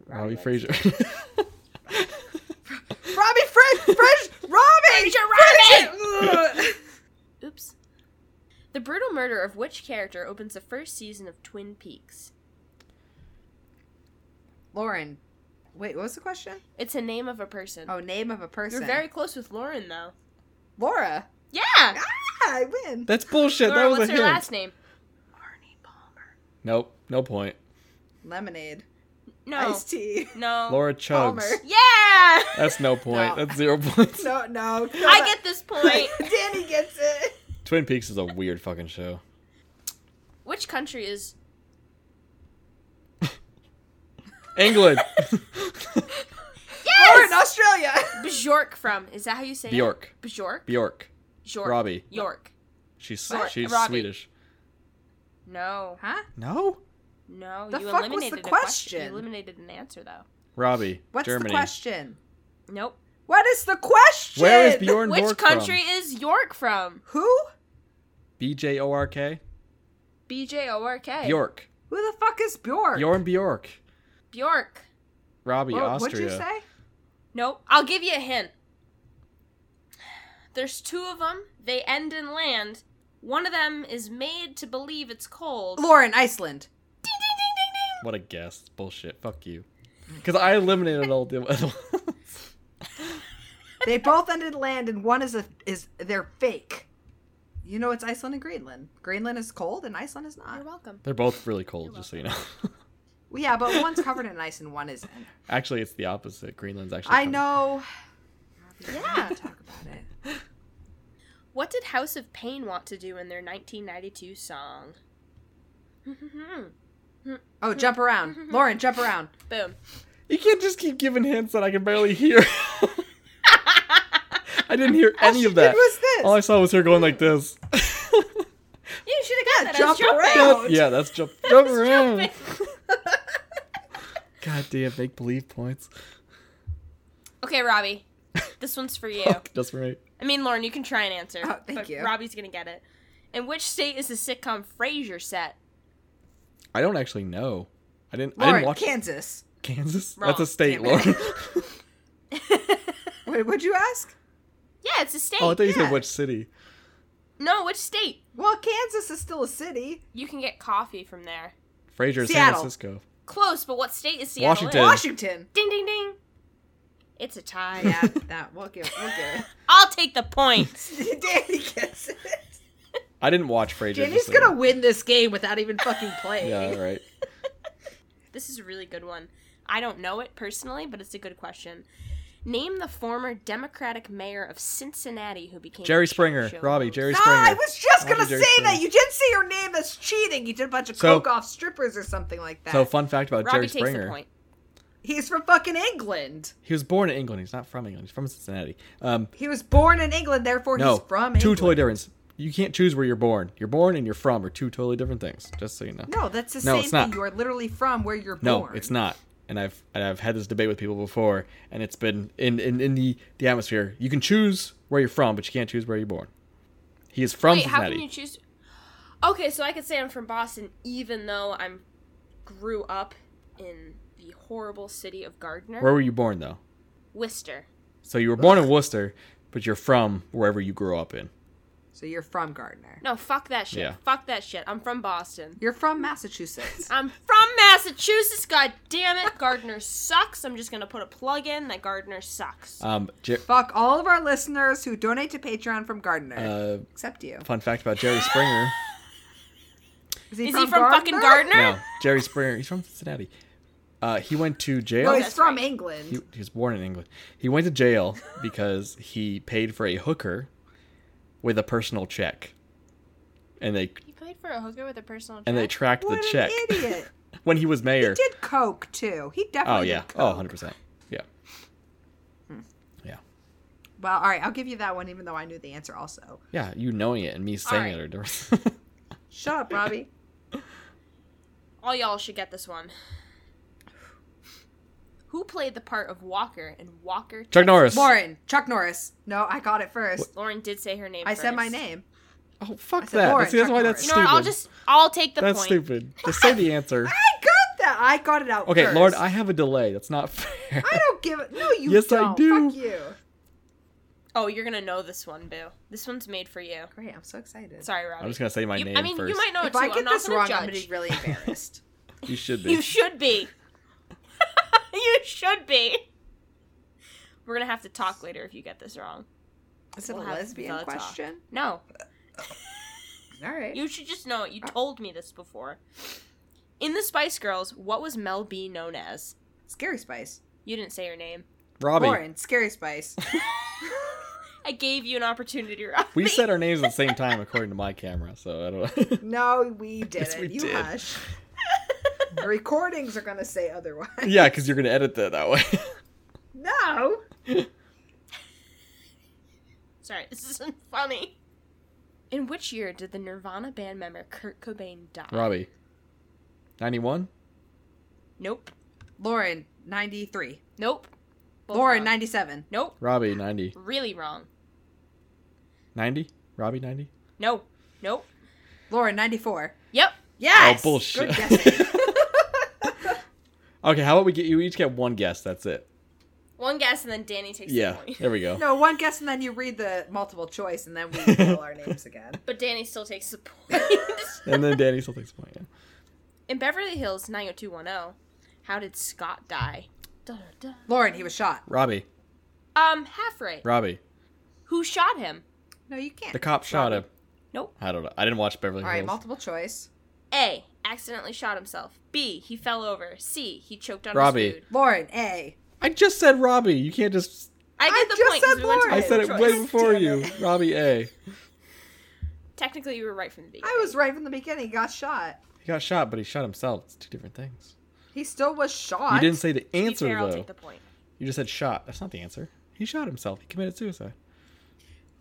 [SPEAKER 2] Robbie.
[SPEAKER 4] Robbie
[SPEAKER 2] Fraser.
[SPEAKER 4] Robbie, French, French, Robbie,
[SPEAKER 3] Frasier Robbie!
[SPEAKER 4] French-
[SPEAKER 3] Oops. The brutal murder of which character opens the first season of Twin Peaks?
[SPEAKER 4] Lauren, wait, what was the question?
[SPEAKER 3] It's a name of a person.
[SPEAKER 4] Oh, name of a person.
[SPEAKER 3] You're very close with Lauren, though.
[SPEAKER 4] Laura.
[SPEAKER 3] Yeah.
[SPEAKER 4] Ah, I win.
[SPEAKER 2] That's bullshit.
[SPEAKER 3] Laura,
[SPEAKER 2] that was
[SPEAKER 3] what's
[SPEAKER 2] a
[SPEAKER 3] her
[SPEAKER 2] hint.
[SPEAKER 3] last name?
[SPEAKER 4] Arnie Palmer.
[SPEAKER 2] Nope. No point.
[SPEAKER 4] Lemonade.
[SPEAKER 3] No.
[SPEAKER 4] Iced tea.
[SPEAKER 3] No.
[SPEAKER 2] Laura Chugs.
[SPEAKER 4] Palmer.
[SPEAKER 3] Yeah.
[SPEAKER 2] That's no point.
[SPEAKER 4] No.
[SPEAKER 2] That's zero points.
[SPEAKER 4] No, no.
[SPEAKER 3] I get this point.
[SPEAKER 4] Danny gets it.
[SPEAKER 2] Twin Peaks is a weird fucking show.
[SPEAKER 3] Which country is
[SPEAKER 2] England.
[SPEAKER 4] Or in
[SPEAKER 3] yes
[SPEAKER 4] Australia.
[SPEAKER 3] Bjork from? Is that how you say it?
[SPEAKER 2] Bjork.
[SPEAKER 3] Bjork.
[SPEAKER 2] Bjork.
[SPEAKER 3] Bjork.
[SPEAKER 2] Robbie.
[SPEAKER 3] York.
[SPEAKER 2] She's
[SPEAKER 3] What?
[SPEAKER 2] she's
[SPEAKER 3] Robbie.
[SPEAKER 2] Swedish.
[SPEAKER 3] No.
[SPEAKER 4] Huh?
[SPEAKER 2] No.
[SPEAKER 3] No.
[SPEAKER 4] The
[SPEAKER 3] you
[SPEAKER 4] fuck was
[SPEAKER 3] eliminated
[SPEAKER 4] the
[SPEAKER 3] a
[SPEAKER 4] question?
[SPEAKER 3] You eliminated an answer though.
[SPEAKER 2] Robbie.
[SPEAKER 4] What's
[SPEAKER 2] Germany.
[SPEAKER 4] the question?
[SPEAKER 3] Nope.
[SPEAKER 4] What is the question?
[SPEAKER 2] Where is Bjorn
[SPEAKER 3] Which
[SPEAKER 2] Borg
[SPEAKER 3] country is York from?
[SPEAKER 4] Who?
[SPEAKER 2] B J O R K.
[SPEAKER 3] B J O R K.
[SPEAKER 2] Bjork.
[SPEAKER 4] Who the fuck is Bjorn?
[SPEAKER 2] Bjorn Bjork.
[SPEAKER 3] Bjork.
[SPEAKER 2] Robbie.
[SPEAKER 4] What,
[SPEAKER 2] Austria.
[SPEAKER 4] what'd you say?
[SPEAKER 3] Nope. I'll give you a hint. There's two of them. They end in land. One of them is made to believe it's cold.
[SPEAKER 4] Lauren, Iceland.
[SPEAKER 3] Ding, ding, ding, ding, ding.
[SPEAKER 2] What a guess. Bullshit. Fuck you. Because I eliminated all the other ones.
[SPEAKER 4] They both ended land, and one is a is they're fake. You know, it's Iceland and Greenland. Greenland is cold, and Iceland is
[SPEAKER 3] You're
[SPEAKER 4] not.
[SPEAKER 3] welcome.
[SPEAKER 2] They're both really cold, just so you know.
[SPEAKER 4] Well, yeah, but one's covered in ice and one isn't.
[SPEAKER 2] actually, it's the opposite. Greenland's actually.
[SPEAKER 4] I
[SPEAKER 2] covered.
[SPEAKER 4] know.
[SPEAKER 3] Yeah.
[SPEAKER 4] Talk about it.
[SPEAKER 3] What did House of Pain want to do in their 1992 song?
[SPEAKER 4] Oh, jump around, Lauren. Jump around.
[SPEAKER 3] Boom.
[SPEAKER 2] You can't just keep giving hints that I can barely hear. I didn't hear any
[SPEAKER 4] she
[SPEAKER 2] of that.
[SPEAKER 4] did was
[SPEAKER 2] Oh,
[SPEAKER 4] this.
[SPEAKER 2] All I saw was her going like this.
[SPEAKER 3] You should have said I was
[SPEAKER 4] Jump
[SPEAKER 3] jumping.
[SPEAKER 4] around.
[SPEAKER 2] yeah, that's jump, jump around. God damn, make believe points.
[SPEAKER 3] Okay, Robbie, this one's for you.
[SPEAKER 2] Just right.
[SPEAKER 3] I mean, Lauren, you can try and answer.
[SPEAKER 4] Oh, thank
[SPEAKER 3] but
[SPEAKER 4] you.
[SPEAKER 3] Robbie's gonna get it. In which state is the sitcom Frasier set?
[SPEAKER 2] I don't actually know. I didn't. I
[SPEAKER 4] Lauren,
[SPEAKER 2] didn't watch
[SPEAKER 4] Kansas.
[SPEAKER 2] Kansas.
[SPEAKER 3] Wrong,
[SPEAKER 2] That's a state,
[SPEAKER 3] damn it.
[SPEAKER 2] Lauren.
[SPEAKER 3] yeah,
[SPEAKER 4] Wait, what'd you ask?
[SPEAKER 3] it's a state.
[SPEAKER 2] oh, I thought you
[SPEAKER 4] Yeah.
[SPEAKER 2] said which city.
[SPEAKER 3] no, which state?
[SPEAKER 4] Well, Kansas is still a city.
[SPEAKER 3] You can get coffee from there.
[SPEAKER 2] Fraser, San
[SPEAKER 4] Seattle.
[SPEAKER 2] Francisco.
[SPEAKER 3] Close, but what state is Seattle? in?
[SPEAKER 2] Washington.
[SPEAKER 4] Washington.
[SPEAKER 3] Ding ding ding. It's a tie.
[SPEAKER 4] Yeah, that we'll give we'll give
[SPEAKER 3] I'll take the point.
[SPEAKER 4] it. Danny gets it.
[SPEAKER 2] I didn't watch Fraser.
[SPEAKER 4] Danny's gonna win this game without even fucking playing.
[SPEAKER 2] Yeah, right.
[SPEAKER 3] This is a really good one. I don't know it personally, but it's a good question. Name the former Democratic mayor of Cincinnati who became
[SPEAKER 2] Jerry
[SPEAKER 3] a show-
[SPEAKER 2] Springer,
[SPEAKER 3] show
[SPEAKER 2] Robbie,
[SPEAKER 3] host.
[SPEAKER 2] Jerry
[SPEAKER 4] No,
[SPEAKER 2] Springer.
[SPEAKER 4] I was just
[SPEAKER 2] Why
[SPEAKER 4] gonna
[SPEAKER 2] did Jerry
[SPEAKER 4] say that.
[SPEAKER 2] Springer?
[SPEAKER 4] You did say your name as cheating. You did a bunch of
[SPEAKER 2] So-
[SPEAKER 4] coke off strippers or something like that.
[SPEAKER 2] So, fun fact about
[SPEAKER 3] Robbie
[SPEAKER 2] Jerry
[SPEAKER 3] takes the
[SPEAKER 2] Springer.
[SPEAKER 3] point.
[SPEAKER 4] He's from fucking England.
[SPEAKER 2] He was born in England. He's not from England. He's from Cincinnati. Um,
[SPEAKER 4] He was born in England, therefore
[SPEAKER 2] no,
[SPEAKER 4] he's from
[SPEAKER 2] two
[SPEAKER 4] England.
[SPEAKER 2] totally different. You can't choose where you're born. You're born and you're from are two totally different things. Just so you know.
[SPEAKER 4] No, that's the
[SPEAKER 2] No,
[SPEAKER 4] same
[SPEAKER 2] it's not.
[SPEAKER 4] thing. You are literally from where you're
[SPEAKER 2] No,
[SPEAKER 4] born.
[SPEAKER 2] it's not. And I've and I've had this debate with people before, and it's been in, in, in the, the atmosphere. You can choose where you're from, but you can't choose where you're born. He is from
[SPEAKER 3] Wait, how
[SPEAKER 2] Cincinnati.
[SPEAKER 3] can you choose? Okay, so I could say I'm from Boston, even though I'm grew up in the horrible city of Gardner,
[SPEAKER 2] Where were you born though?
[SPEAKER 3] Worcester.
[SPEAKER 2] So you were born in Worcester, but you're from wherever you grew up in.
[SPEAKER 4] So you're from Gardner.
[SPEAKER 3] No, fuck that shit.
[SPEAKER 2] Yeah.
[SPEAKER 3] Fuck that shit. I'm from Boston.
[SPEAKER 4] You're from Massachusetts.
[SPEAKER 3] I'm from Massachusetts. God damn it, Gardner sucks. I'm just gonna put a plug in that Gardner sucks.
[SPEAKER 2] Um, Jer-
[SPEAKER 4] Fuck all of our listeners who donate to Patreon from Gardner,
[SPEAKER 2] uh,
[SPEAKER 4] except you.
[SPEAKER 2] fun fact about Jerry Springer.
[SPEAKER 3] Is he from fucking Gardner?
[SPEAKER 2] No, Jerry Springer. He's from Cincinnati. Uh, he went to
[SPEAKER 4] No,
[SPEAKER 2] jail.
[SPEAKER 4] he's
[SPEAKER 3] Oh, that's
[SPEAKER 4] from
[SPEAKER 3] right.
[SPEAKER 4] England.
[SPEAKER 2] He, he was born in England. He went to jail because he paid for a hooker with a personal check, and they
[SPEAKER 3] He played for a hooker with a personal.
[SPEAKER 2] and they
[SPEAKER 3] check?
[SPEAKER 2] tracked
[SPEAKER 4] what
[SPEAKER 2] the
[SPEAKER 4] an
[SPEAKER 2] check
[SPEAKER 4] idiot!
[SPEAKER 2] when he was
[SPEAKER 4] he
[SPEAKER 2] mayor.
[SPEAKER 4] did coke too. He definitely.
[SPEAKER 2] oh yeah.
[SPEAKER 4] Did
[SPEAKER 2] Oh,
[SPEAKER 4] coke.
[SPEAKER 2] 100 percent. Yeah.
[SPEAKER 4] Hmm.
[SPEAKER 2] Yeah.
[SPEAKER 4] Well, all right. I'll give you that one, even though I knew the answer. Also,
[SPEAKER 2] Yeah. You knowing it and me saying
[SPEAKER 3] right.
[SPEAKER 2] it are different.
[SPEAKER 4] shut up, Robbie.
[SPEAKER 3] All y'all should get this one. Who played the part of Walker in Walker?
[SPEAKER 2] Chuck Norris.
[SPEAKER 4] Lauren, Chuck Norris. No, I got it first.
[SPEAKER 3] Lauren did say her name.
[SPEAKER 4] I said my
[SPEAKER 3] first.
[SPEAKER 4] name.
[SPEAKER 2] Oh fuck
[SPEAKER 4] I said
[SPEAKER 2] that.
[SPEAKER 4] Lauren,
[SPEAKER 2] See, that's
[SPEAKER 4] Chuck
[SPEAKER 2] why
[SPEAKER 4] Norris.
[SPEAKER 2] that's
[SPEAKER 3] You know
[SPEAKER 2] stupid.
[SPEAKER 3] what? I'll just I'll take the
[SPEAKER 2] that's
[SPEAKER 3] point.
[SPEAKER 2] stupid. Just say the answer.
[SPEAKER 4] I got that. I got it out.
[SPEAKER 2] Okay,
[SPEAKER 4] first.
[SPEAKER 2] Lord, I have a delay. That's not fair.
[SPEAKER 4] I don't give it. No, you
[SPEAKER 2] Yes, I
[SPEAKER 4] don't.
[SPEAKER 2] do.
[SPEAKER 4] Fuck you.
[SPEAKER 3] Oh, you're gonna know this one, Boo. This one's made for you.
[SPEAKER 4] Great. I'm so excited.
[SPEAKER 3] Sorry, Robbie.
[SPEAKER 2] I'm just gonna say my
[SPEAKER 3] You-
[SPEAKER 2] name
[SPEAKER 3] I mean,
[SPEAKER 2] first.
[SPEAKER 3] you might know it
[SPEAKER 4] If
[SPEAKER 3] too.
[SPEAKER 4] I
[SPEAKER 3] I'm
[SPEAKER 4] get
[SPEAKER 3] not
[SPEAKER 4] this
[SPEAKER 3] gonna
[SPEAKER 4] wrong,
[SPEAKER 3] judge.
[SPEAKER 4] I'm gonna be really embarrassed.
[SPEAKER 2] You should be.
[SPEAKER 3] You should be. you should be. We're gonna have to talk later if you get this wrong.
[SPEAKER 4] Is it
[SPEAKER 3] We'll
[SPEAKER 4] a
[SPEAKER 3] have
[SPEAKER 4] lesbian
[SPEAKER 3] the talk.
[SPEAKER 4] question?
[SPEAKER 3] No,
[SPEAKER 4] All right.
[SPEAKER 3] you should just know it. You
[SPEAKER 2] Uh.
[SPEAKER 3] told me this before. In the Spice Girls, what was Mel B known as?
[SPEAKER 4] Scary Spice.
[SPEAKER 3] You didn't say her name.
[SPEAKER 2] Robbie,
[SPEAKER 4] Lauren, Scary Spice.
[SPEAKER 3] I gave you an opportunity, Robbie.
[SPEAKER 2] we said our names at the same time according to my camera, so I don't.
[SPEAKER 4] No, we didn't.
[SPEAKER 2] Yes, we
[SPEAKER 4] you
[SPEAKER 2] did.
[SPEAKER 4] hush. the recordings are gonna say otherwise.
[SPEAKER 2] yeah, because you're gonna edit that that way.
[SPEAKER 4] No.
[SPEAKER 3] Sorry, this isn't funny. In which year did the Nirvana band member Kurt Cobain die?
[SPEAKER 2] Robbie, ninety-one.
[SPEAKER 3] Nope.
[SPEAKER 4] Lauren, ninety three.
[SPEAKER 3] Nope. Both
[SPEAKER 4] Lauren,
[SPEAKER 3] wrong.
[SPEAKER 4] ninety seven.
[SPEAKER 3] Nope.
[SPEAKER 2] Robbie, ninety.
[SPEAKER 3] Really wrong.
[SPEAKER 2] Ninety. Robbie, ninety.
[SPEAKER 3] No. Nope.
[SPEAKER 4] Lauren, ninety four.
[SPEAKER 3] Yep.
[SPEAKER 4] Yes.
[SPEAKER 2] Oh bullshit.
[SPEAKER 4] Good guessing.
[SPEAKER 2] okay, how about we get you each get one guess? That's it.
[SPEAKER 3] One guess and then Danny takes
[SPEAKER 2] Yeah,
[SPEAKER 3] the point.
[SPEAKER 2] there we go.
[SPEAKER 4] no, one guess and then you read the multiple choice and then we reveal our names again.
[SPEAKER 3] But Danny still takes the point.
[SPEAKER 2] And then Danny still takes the point. Yeah.
[SPEAKER 3] In Beverly Hills 90210, how did Scott die? Dun, dun, dun.
[SPEAKER 4] Lauren, he was shot.
[SPEAKER 2] Robbie,
[SPEAKER 3] Um, half right.
[SPEAKER 2] Robbie,
[SPEAKER 3] Who shot him?
[SPEAKER 4] No, you can't.
[SPEAKER 2] the cop shot him.
[SPEAKER 3] Nope.
[SPEAKER 2] I don't know. I didn't watch Beverly
[SPEAKER 4] All right,
[SPEAKER 2] Hills.
[SPEAKER 4] multiple choice.
[SPEAKER 3] A. Accidentally shot himself. B. He fell over. C. He choked on
[SPEAKER 2] Robbie.
[SPEAKER 3] his food.
[SPEAKER 4] Lauren, A.
[SPEAKER 2] I just said Robbie. You can't just.
[SPEAKER 3] I
[SPEAKER 4] I
[SPEAKER 3] get the
[SPEAKER 4] just
[SPEAKER 3] point 'cause
[SPEAKER 4] said
[SPEAKER 3] we went to
[SPEAKER 4] Lauren.
[SPEAKER 2] I said it
[SPEAKER 3] multiple
[SPEAKER 2] way
[SPEAKER 3] choice.
[SPEAKER 2] before
[SPEAKER 4] Damn
[SPEAKER 2] you.
[SPEAKER 4] it.
[SPEAKER 2] Robbie A.
[SPEAKER 3] Technically, you were right from the beginning.
[SPEAKER 4] I was right from the beginning. He got shot.
[SPEAKER 2] He got shot, but he shot himself. It's two different things.
[SPEAKER 4] He still was shot.
[SPEAKER 3] Oh,
[SPEAKER 2] You didn't say the
[SPEAKER 3] To be
[SPEAKER 2] answer
[SPEAKER 3] fair, I'll
[SPEAKER 2] though.
[SPEAKER 3] take the point.
[SPEAKER 2] You just said shot. That's not the answer. He shot himself. He committed suicide.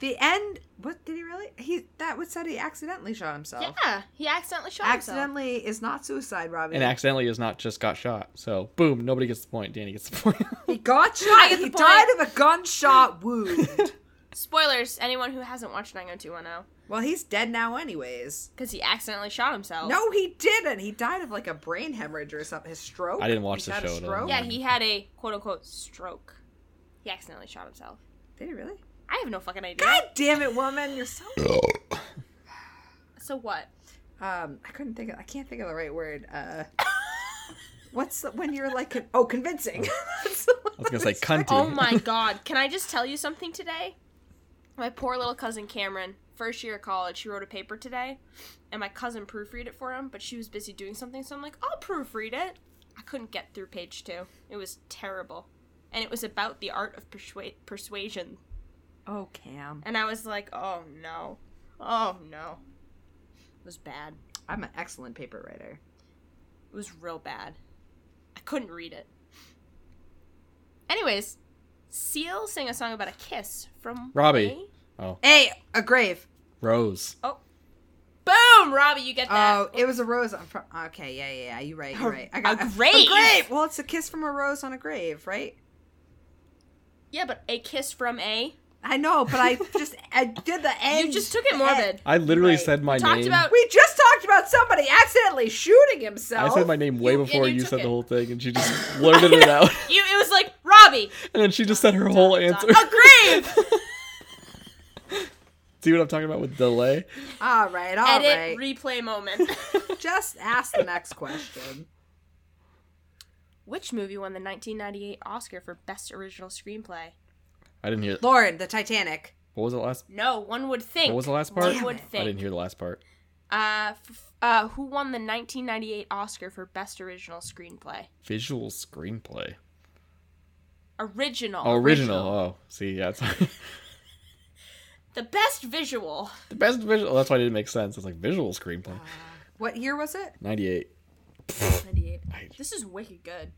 [SPEAKER 4] The end. What did he really? He that was said he accidentally shot himself.
[SPEAKER 3] Yeah, he accidentally shot himself.
[SPEAKER 4] accidentally is not suicide, Robbie.
[SPEAKER 2] And accidentally is not just got shot. So boom, nobody gets the point. Danny gets the point.
[SPEAKER 4] he got
[SPEAKER 3] I
[SPEAKER 4] shot.
[SPEAKER 3] get
[SPEAKER 4] He
[SPEAKER 3] the point.
[SPEAKER 4] died of a gunshot wound.
[SPEAKER 3] Spoilers, anyone who hasn't watched 90210.
[SPEAKER 4] well, he's dead now, anyways.
[SPEAKER 3] Because he accidentally shot himself.
[SPEAKER 4] No, he didn't. He died of like a brain hemorrhage or something. His stroke.
[SPEAKER 2] I didn't watch
[SPEAKER 4] He
[SPEAKER 2] the
[SPEAKER 4] got a
[SPEAKER 2] show at all.
[SPEAKER 4] stroke?
[SPEAKER 3] Yeah, he had a quote unquote stroke. He accidentally shot himself.
[SPEAKER 4] Did he really?
[SPEAKER 3] I have no fucking idea.
[SPEAKER 4] God damn it, woman! You're so.
[SPEAKER 3] So what?
[SPEAKER 4] Um, I couldn't think. Of, I can't think of the right word. Uh, what's the, when you're like? Con- oh, convincing.
[SPEAKER 2] I was gonna say cunty.
[SPEAKER 3] Oh my god. Can I just tell you something today? My poor little cousin Cameron, first year of college, she wrote a paper today, and my cousin proofread it for him, but she was busy doing something, so I'm like, I'll proofread it. I couldn't get through page two. It was terrible. And it was about the art of persua- persuasion.
[SPEAKER 4] Oh, Cam.
[SPEAKER 3] And I was like, oh no. Oh no. It was bad.
[SPEAKER 4] I'm an excellent paper writer.
[SPEAKER 3] It was real bad. I couldn't read it. Anyways, Seal sang a song about a kiss from
[SPEAKER 2] Robbie.
[SPEAKER 4] Hey, a grave.
[SPEAKER 2] Rose.
[SPEAKER 3] Boom, Robbie, you get that.
[SPEAKER 4] Oh, it was a rose on. Fr- okay, yeah, yeah, yeah. You're right. You're right. I
[SPEAKER 3] a
[SPEAKER 4] a
[SPEAKER 3] grave.
[SPEAKER 4] grave. Well, it's a kiss from a rose on a grave, right?
[SPEAKER 3] yeah, but a kiss from a.
[SPEAKER 4] I know, but I just I did the end.
[SPEAKER 3] You just took it
[SPEAKER 4] the
[SPEAKER 3] morbid.
[SPEAKER 4] end.
[SPEAKER 2] I literally
[SPEAKER 4] Right.
[SPEAKER 2] said my
[SPEAKER 3] Talked
[SPEAKER 2] name.
[SPEAKER 3] about-
[SPEAKER 4] We just talked about somebody accidentally shooting
[SPEAKER 2] I
[SPEAKER 4] himself.
[SPEAKER 2] said my name way
[SPEAKER 3] You- and
[SPEAKER 2] before
[SPEAKER 3] you
[SPEAKER 2] you,
[SPEAKER 3] took
[SPEAKER 2] said
[SPEAKER 3] it.
[SPEAKER 2] the whole thing, and she just blurted it out,
[SPEAKER 3] You. It was like Robbie.
[SPEAKER 2] and then she just said her whole answer.
[SPEAKER 3] A grave.
[SPEAKER 2] See what I'm talking about with delay?
[SPEAKER 4] All right, all right.
[SPEAKER 3] Edit replay moment.
[SPEAKER 4] just ask the next question.
[SPEAKER 3] Which movie won the 1998 Oscar for Best Original Screenplay?
[SPEAKER 2] I didn't hear.
[SPEAKER 4] Lauren, the Titanic.
[SPEAKER 2] What was the last?
[SPEAKER 3] No, one would think.
[SPEAKER 2] What was the last part?
[SPEAKER 3] One
[SPEAKER 4] Damn
[SPEAKER 3] would
[SPEAKER 4] it. I
[SPEAKER 3] think.
[SPEAKER 2] I didn't hear the last part.
[SPEAKER 3] Uh, f- uh, who won the 1998 Oscar for Best Original Screenplay?
[SPEAKER 2] Visual screenplay.
[SPEAKER 3] Original.
[SPEAKER 2] Oh, original. Oh, see, yeah. It's
[SPEAKER 3] The best visual.
[SPEAKER 2] the best visual. oh, That's why it didn't make sense. It's like visual screenplay.
[SPEAKER 4] Uh-huh. What year was it?
[SPEAKER 2] 98.
[SPEAKER 3] 98. This is wicked good.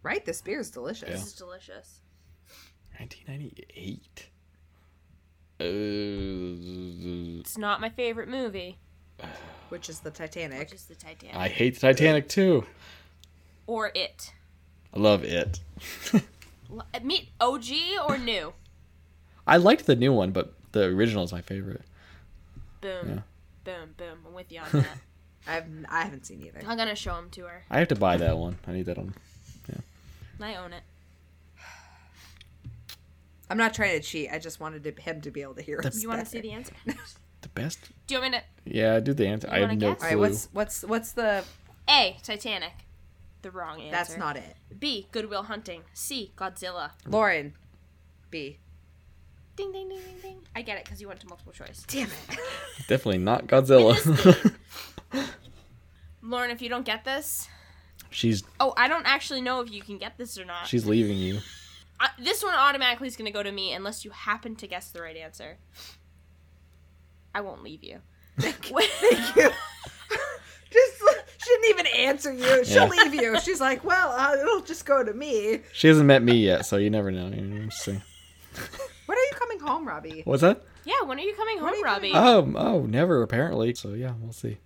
[SPEAKER 4] Right, this beer is delicious.
[SPEAKER 3] This is delicious.
[SPEAKER 2] 1998. Uh,
[SPEAKER 3] It's not my favorite movie,
[SPEAKER 4] Which is the Titanic.
[SPEAKER 3] which is The Titanic.
[SPEAKER 2] I hate the Titanic too.
[SPEAKER 3] or It.
[SPEAKER 2] I love it.
[SPEAKER 3] L- Meet OG or new?
[SPEAKER 2] I liked the new one, but the original is my favorite.
[SPEAKER 3] Boom. Boom, boom. I'm with you on that.
[SPEAKER 4] I've I haven't seen either.
[SPEAKER 3] I'm going to show them to her.
[SPEAKER 2] I have to buy that one. I need that one.
[SPEAKER 3] I own it.
[SPEAKER 4] I'm not trying to cheat. I just wanted to, him to be able to hear us.
[SPEAKER 3] You want to
[SPEAKER 4] better.
[SPEAKER 3] see the answer? Do
[SPEAKER 2] The best?
[SPEAKER 3] you want me to.
[SPEAKER 2] Yeah, do the answer. I
[SPEAKER 3] You
[SPEAKER 2] have
[SPEAKER 3] wanna
[SPEAKER 2] no
[SPEAKER 3] guess?
[SPEAKER 2] clue.
[SPEAKER 4] All right, what's what's what's the?
[SPEAKER 3] A. Titanic. The wrong answer.
[SPEAKER 4] That's not it.
[SPEAKER 3] B. Goodwill Hunting. C. Godzilla.
[SPEAKER 4] Lauren, B.
[SPEAKER 3] Ding, ding, ding, ding, ding. I get it because you went to multiple choice.
[SPEAKER 4] Damn it.
[SPEAKER 2] Definitely not Godzilla.
[SPEAKER 3] Lauren, if you don't get this.
[SPEAKER 2] she's
[SPEAKER 3] Oh, I don't actually know if you can get this or not.
[SPEAKER 2] she's leaving you.
[SPEAKER 3] Uh, this one automatically is going to go to me unless you happen to guess the right answer. I won't leave you.
[SPEAKER 4] Thank you. just she didn't even answer you. She'll
[SPEAKER 2] Yeah.
[SPEAKER 4] leave you. She's like, well, uh, it'll just go to me.
[SPEAKER 2] She hasn't met me yet, so you never know. You know what I'm saying?
[SPEAKER 4] When are you coming home, Robbie?
[SPEAKER 2] What's that?
[SPEAKER 3] yeah, when are you coming home,
[SPEAKER 4] are you
[SPEAKER 3] Robbie?
[SPEAKER 2] Um,
[SPEAKER 4] coming
[SPEAKER 2] oh, never apparently. So yeah, we'll see.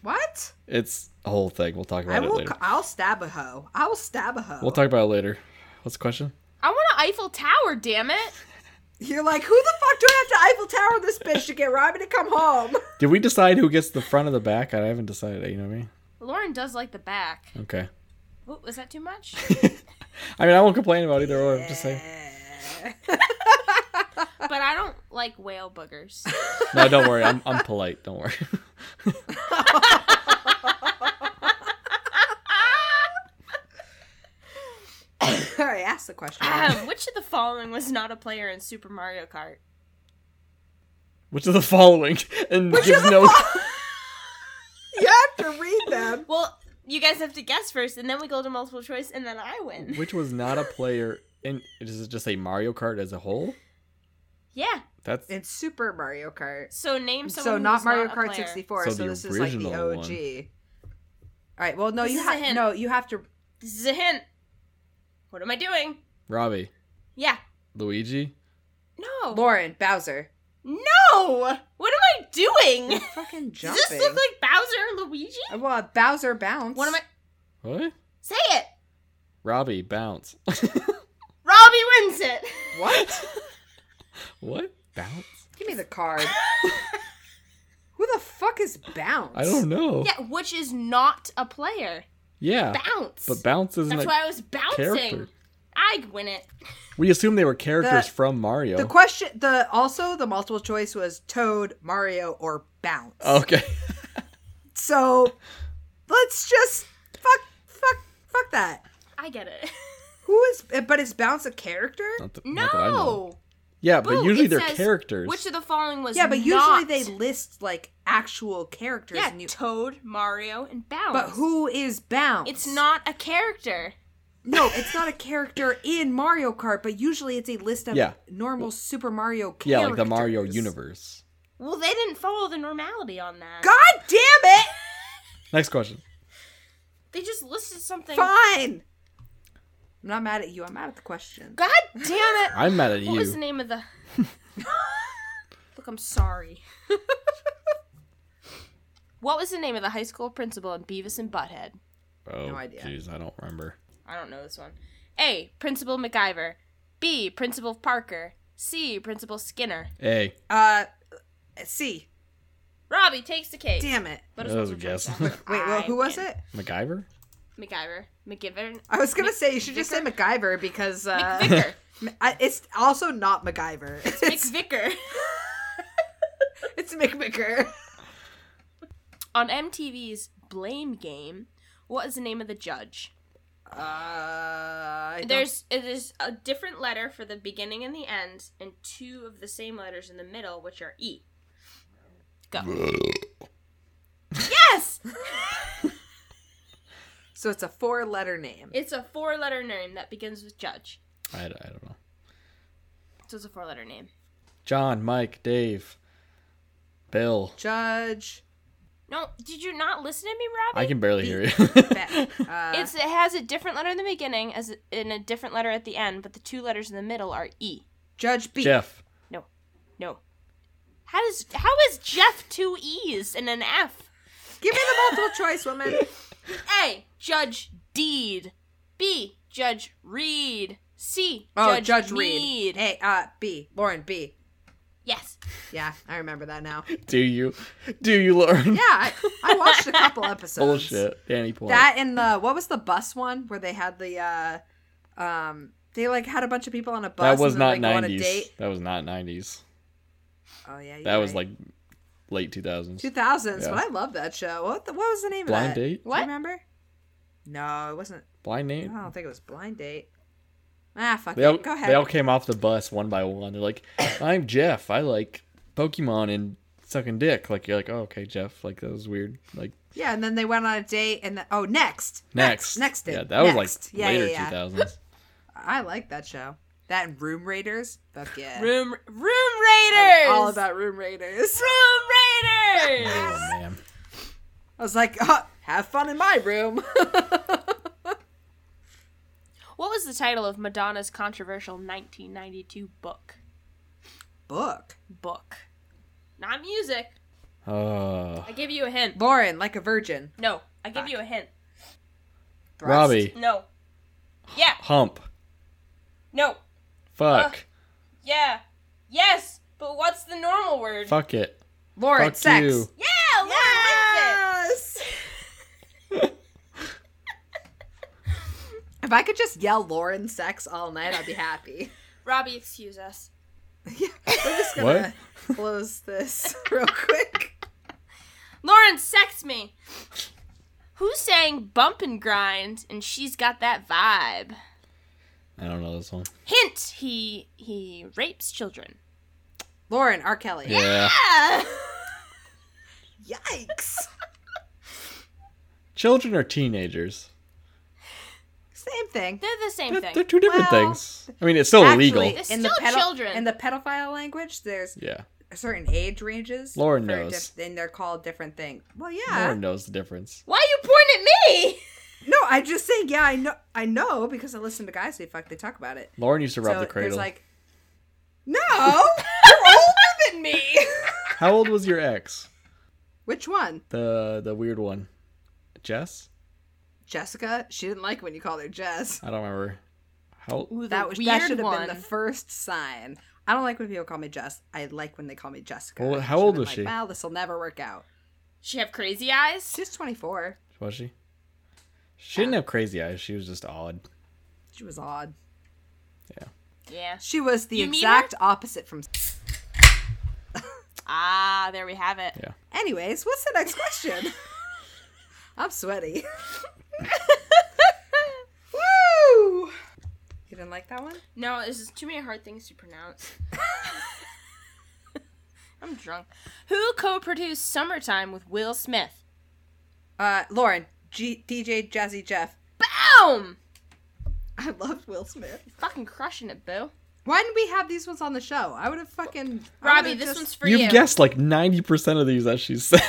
[SPEAKER 4] What?
[SPEAKER 2] It's a whole thing. We'll talk
[SPEAKER 4] I
[SPEAKER 2] about it
[SPEAKER 4] will.
[SPEAKER 2] later.
[SPEAKER 4] c- I'll stab a hoe. I will stab a hoe.
[SPEAKER 2] We'll talk about it later. What's the question?
[SPEAKER 3] I want an Eiffel Tower, damn it!
[SPEAKER 4] You're like, who the fuck do I have to Eiffel Tower this bitch to get Robbie to come home?
[SPEAKER 2] Did we decide who gets the front of the back? I haven't decided. You know what I mean?
[SPEAKER 3] Lauren does like the back.
[SPEAKER 2] Okay.
[SPEAKER 3] Ooh, was that too much?
[SPEAKER 2] I mean, I won't complain about either or. I'm just saying.
[SPEAKER 3] but I don't like whale boogers.
[SPEAKER 2] No, don't worry. I'm, I'm polite. Don't worry.
[SPEAKER 3] Ah!
[SPEAKER 4] All right, ask the question.
[SPEAKER 3] Ahem, Which of the following was not a player in Super Mario Kart?
[SPEAKER 2] Which of the following? And gives no.
[SPEAKER 4] you have to read them.
[SPEAKER 3] Well, you guys have to guess first, and then we go to multiple choice, and then I win.
[SPEAKER 2] Which was not a player in. Does it just say Mario Kart as a whole?
[SPEAKER 3] Yeah.
[SPEAKER 2] That's
[SPEAKER 4] In Super Mario Kart.
[SPEAKER 3] So name someone.
[SPEAKER 4] so
[SPEAKER 3] who's
[SPEAKER 4] not Mario
[SPEAKER 3] a
[SPEAKER 4] Kart
[SPEAKER 3] player.
[SPEAKER 4] 64.
[SPEAKER 2] So
[SPEAKER 4] So,
[SPEAKER 2] the
[SPEAKER 4] this is like the
[SPEAKER 2] original
[SPEAKER 4] OG.
[SPEAKER 2] one.
[SPEAKER 4] All right. Well, no,
[SPEAKER 3] This
[SPEAKER 4] you
[SPEAKER 3] is a
[SPEAKER 4] have
[SPEAKER 3] hint.
[SPEAKER 4] no, you have to.
[SPEAKER 3] This is a hint. What am I doing?
[SPEAKER 2] Robbie,
[SPEAKER 3] Yeah.
[SPEAKER 2] Luigi,
[SPEAKER 3] No.
[SPEAKER 4] Lauren Bowser.
[SPEAKER 3] No! What am I doing?
[SPEAKER 4] Fucking
[SPEAKER 3] Does
[SPEAKER 4] jumping.
[SPEAKER 3] this look like Bowser and Luigi?
[SPEAKER 4] well, Bowser bounce.
[SPEAKER 3] What am I?
[SPEAKER 2] What?
[SPEAKER 3] Say it.
[SPEAKER 2] Robbie bounce.
[SPEAKER 3] Robbie wins it.
[SPEAKER 4] What?
[SPEAKER 2] what? Bounce?
[SPEAKER 4] Give me the card. Who the fuck is bounce?
[SPEAKER 2] I don't know.
[SPEAKER 3] Yeah, which is not a player.
[SPEAKER 2] Yeah.
[SPEAKER 3] Bounce.
[SPEAKER 2] Uh, But bounce isn't
[SPEAKER 3] That's
[SPEAKER 2] a-
[SPEAKER 3] why I was bouncing.
[SPEAKER 2] character.
[SPEAKER 3] I win it.
[SPEAKER 2] We assume they were characters
[SPEAKER 4] The-
[SPEAKER 2] from Mario.
[SPEAKER 4] The question, the also the multiple choice was Toad, Mario, or bounce.
[SPEAKER 2] okay.
[SPEAKER 4] So let's just fuck, fuck, fuck that.
[SPEAKER 3] I get it.
[SPEAKER 4] Who is? But is bounce a character?
[SPEAKER 2] Not th- not that I know.
[SPEAKER 3] No.
[SPEAKER 2] Yeah, but
[SPEAKER 3] Boo,
[SPEAKER 2] usually
[SPEAKER 3] it
[SPEAKER 2] they're
[SPEAKER 3] says
[SPEAKER 2] characters.
[SPEAKER 3] Which of the following was
[SPEAKER 4] Yeah, but usually
[SPEAKER 3] not-
[SPEAKER 4] they list like actual characters.
[SPEAKER 3] yeah
[SPEAKER 4] and you,
[SPEAKER 3] Toad, Mario, and Bounce.
[SPEAKER 4] but who is bounce?
[SPEAKER 3] It's not a character.
[SPEAKER 4] No, it's not a character in Mario Kart, but usually it's a list of
[SPEAKER 2] Yeah.
[SPEAKER 4] normal Super Mario characters.
[SPEAKER 2] yeah, like the Mario universe.
[SPEAKER 3] Well, they didn't follow the normality on that.
[SPEAKER 4] God damn it!
[SPEAKER 2] Next question.
[SPEAKER 3] They just listed something.
[SPEAKER 4] Fine. I'm not mad at you. I'm mad at the question.
[SPEAKER 3] God damn it!
[SPEAKER 2] I'm mad at
[SPEAKER 3] What was the
[SPEAKER 2] you.
[SPEAKER 3] name of the? Look, I'm sorry. what was the name of the high school principal in Beavis and Butthead?
[SPEAKER 2] Oh,
[SPEAKER 4] No idea.
[SPEAKER 2] Jeez, I don't remember.
[SPEAKER 3] I don't know this one. A. Principal McIver. B. Principal Parker. C. Principal Skinner.
[SPEAKER 2] Hey,
[SPEAKER 4] Uh, C.
[SPEAKER 3] Robbie takes the cake.
[SPEAKER 4] Damn it.
[SPEAKER 3] But
[SPEAKER 2] that was a guess.
[SPEAKER 3] Wait,
[SPEAKER 4] Wait, well, who was it?
[SPEAKER 2] MacGyver?
[SPEAKER 3] MacGyver. McGivern.
[SPEAKER 4] I was gonna say you should just say MacGyver because uh,
[SPEAKER 3] McVicker.
[SPEAKER 4] I- it's also not MacGyver. It's
[SPEAKER 3] McVicker.
[SPEAKER 4] it's McVicker.
[SPEAKER 3] On MTV's Blame Game, what is the name of the judge?
[SPEAKER 4] Uh, I don't-
[SPEAKER 3] There's it is a different letter for the beginning and the end, and two of the same letters in the middle, which are E. Go. yes!
[SPEAKER 4] so it's a four-letter name.
[SPEAKER 3] It's a four letter name that begins with judge.
[SPEAKER 2] I, I don't know.
[SPEAKER 3] So it's a four letter name.
[SPEAKER 2] John, Mike, Dave, Bill.
[SPEAKER 4] Judge.
[SPEAKER 3] No, did you not listen to me, Robbie?
[SPEAKER 2] I can barely hear you.
[SPEAKER 4] Beck. Uh,
[SPEAKER 3] It's it has a different letter in the beginning as in a different letter at the end, but the two letters in the middle are E.
[SPEAKER 4] Judge B.
[SPEAKER 2] Jeff.
[SPEAKER 3] No. No. How does how is Jeff two E's and an F?
[SPEAKER 4] Give me the multiple choice, woman.
[SPEAKER 3] A. Judge Deed. B. Judge Reed. C.
[SPEAKER 4] Oh, Judge, Reed.
[SPEAKER 3] Mead.
[SPEAKER 4] Hey, uh, B. Lauren B.
[SPEAKER 3] Yes.
[SPEAKER 4] Yeah, I remember that now.
[SPEAKER 2] Do you? Do you, Lauren?
[SPEAKER 4] Yeah, I, I watched a couple episodes.
[SPEAKER 2] Bullshit. Danny point.
[SPEAKER 4] That and the what was the bus one where they had the uh um they like had a bunch of people on a bus.
[SPEAKER 2] That was
[SPEAKER 4] and then,
[SPEAKER 2] not
[SPEAKER 4] like, go on a
[SPEAKER 2] 90s.
[SPEAKER 4] date.
[SPEAKER 2] That was not 90s.
[SPEAKER 4] Oh yeah, you're
[SPEAKER 2] That was like
[SPEAKER 4] right.
[SPEAKER 2] late 2000s.
[SPEAKER 4] two thousands.
[SPEAKER 2] Yeah.
[SPEAKER 4] But I love that show. What the, what was the name
[SPEAKER 2] Blind
[SPEAKER 4] of that?
[SPEAKER 2] Date?
[SPEAKER 4] Do
[SPEAKER 3] What?
[SPEAKER 4] you remember? No, it wasn't.
[SPEAKER 2] Blind Nate?
[SPEAKER 4] I don't think it was blind date. Ah, fuck
[SPEAKER 2] They all,
[SPEAKER 4] it. Go ahead.
[SPEAKER 2] they all came off the bus one by one. They're like, I'm Jeff. I like Pokemon and sucking dick. Like, you're like, oh, okay, Jeff. Like, that was weird. Like,
[SPEAKER 4] Yeah, and then they went on a date, and the, oh, next,
[SPEAKER 2] next.
[SPEAKER 4] next date.
[SPEAKER 2] Yeah, that was
[SPEAKER 4] Next.
[SPEAKER 2] like
[SPEAKER 4] Yeah,
[SPEAKER 2] later
[SPEAKER 4] yeah, yeah.
[SPEAKER 2] 2000s.
[SPEAKER 4] I like that show. That and Room Raiders. Fuck yeah.
[SPEAKER 3] Room Room Raiders.
[SPEAKER 4] all about Room Raiders.
[SPEAKER 3] Room Raiders.
[SPEAKER 2] Oh, man.
[SPEAKER 4] I was like, oh, have fun in my room.
[SPEAKER 3] What was the title of Madonna's controversial 1992 book?
[SPEAKER 4] Book.
[SPEAKER 3] Book. Not music.
[SPEAKER 2] Oh.
[SPEAKER 3] I give you a hint.
[SPEAKER 4] Lauren, like a virgin.
[SPEAKER 3] No, I give you a hint.
[SPEAKER 4] Thrust.
[SPEAKER 2] Robbie.
[SPEAKER 3] No. Yeah.
[SPEAKER 2] Hump.
[SPEAKER 3] No.
[SPEAKER 2] Fuck.
[SPEAKER 3] Yeah. Yes. But what's the normal word?
[SPEAKER 2] Fuck it.
[SPEAKER 4] Lauren,
[SPEAKER 2] Fuck
[SPEAKER 4] sex.
[SPEAKER 2] you.
[SPEAKER 3] Yeah. Lauren wins
[SPEAKER 4] Yes! if I could just yell Lauren sex all night, I'd be happy.
[SPEAKER 3] it. Robbie, excuse us.
[SPEAKER 4] Yeah, We're just gonna close this real quick.
[SPEAKER 3] Lauren, sex me. Who sang "Bump and Grind" and she's got that vibe?
[SPEAKER 2] I don't know this one.
[SPEAKER 3] Hint: He he rapes children.
[SPEAKER 4] Lauren, R. Kelly.
[SPEAKER 2] Yeah.
[SPEAKER 4] Yikes!
[SPEAKER 2] Children are teenagers.
[SPEAKER 4] Same thing.
[SPEAKER 3] They're the same
[SPEAKER 2] They're,
[SPEAKER 3] thing.
[SPEAKER 2] they're two different
[SPEAKER 4] Well,
[SPEAKER 2] things. I mean, it's still
[SPEAKER 4] Actually,
[SPEAKER 2] illegal.
[SPEAKER 3] It's still children.
[SPEAKER 4] In the pedophile language, there's
[SPEAKER 2] Yeah.
[SPEAKER 4] certain age ranges.
[SPEAKER 2] Lauren
[SPEAKER 4] for
[SPEAKER 2] knows.
[SPEAKER 4] diff- and they're called different things. Well, yeah.
[SPEAKER 2] Lauren knows the difference.
[SPEAKER 3] Why are you pointing at me?
[SPEAKER 4] No, I just say yeah. I know. I know because I listen to guys. They fuck. They talk about it.
[SPEAKER 2] Lauren used to rob the
[SPEAKER 4] there's
[SPEAKER 2] cradle.
[SPEAKER 4] like, No, you're older than me.
[SPEAKER 2] How old was your ex?
[SPEAKER 4] Which one?
[SPEAKER 2] The the weird one. Jess?
[SPEAKER 4] Jessica. She didn't like when you called her Jess.
[SPEAKER 2] I don't remember. How
[SPEAKER 3] Ooh, the
[SPEAKER 4] That was that
[SPEAKER 3] weird
[SPEAKER 4] should have
[SPEAKER 3] one.
[SPEAKER 4] been the first sign. I don't like when people call me Jess. I like when they call me Jessica.
[SPEAKER 2] Well,
[SPEAKER 4] I
[SPEAKER 2] how
[SPEAKER 4] should've
[SPEAKER 2] old
[SPEAKER 4] been
[SPEAKER 2] was
[SPEAKER 4] like,
[SPEAKER 2] she?
[SPEAKER 4] Well, this will never work out.
[SPEAKER 3] she have crazy eyes.
[SPEAKER 4] She's 24.
[SPEAKER 2] was she? She didn't have crazy eyes. She was just odd.
[SPEAKER 4] She was odd.
[SPEAKER 3] Yeah.
[SPEAKER 4] She was the
[SPEAKER 3] You meet her?
[SPEAKER 4] exact opposite from.
[SPEAKER 3] Ah, there we have it.
[SPEAKER 2] Yeah.
[SPEAKER 4] Anyways, what's the next question? I'm sweaty. Woo! You didn't like that one?
[SPEAKER 3] No, this is too many hard things to pronounce. I'm drunk. Who co-produced "Summertime" with Will Smith?
[SPEAKER 4] Uh, Lauren, G- DJ Jazzy Jeff.
[SPEAKER 3] Boom!
[SPEAKER 4] I loved Will Smith.
[SPEAKER 3] Fucking crushing it, boo.
[SPEAKER 4] Why didn't we have these ones on the show? I would have fucking I
[SPEAKER 3] Robbie,
[SPEAKER 4] would've
[SPEAKER 3] this
[SPEAKER 4] just-
[SPEAKER 3] one's for
[SPEAKER 2] You've
[SPEAKER 3] you.
[SPEAKER 2] guessed like 90% of these that she said.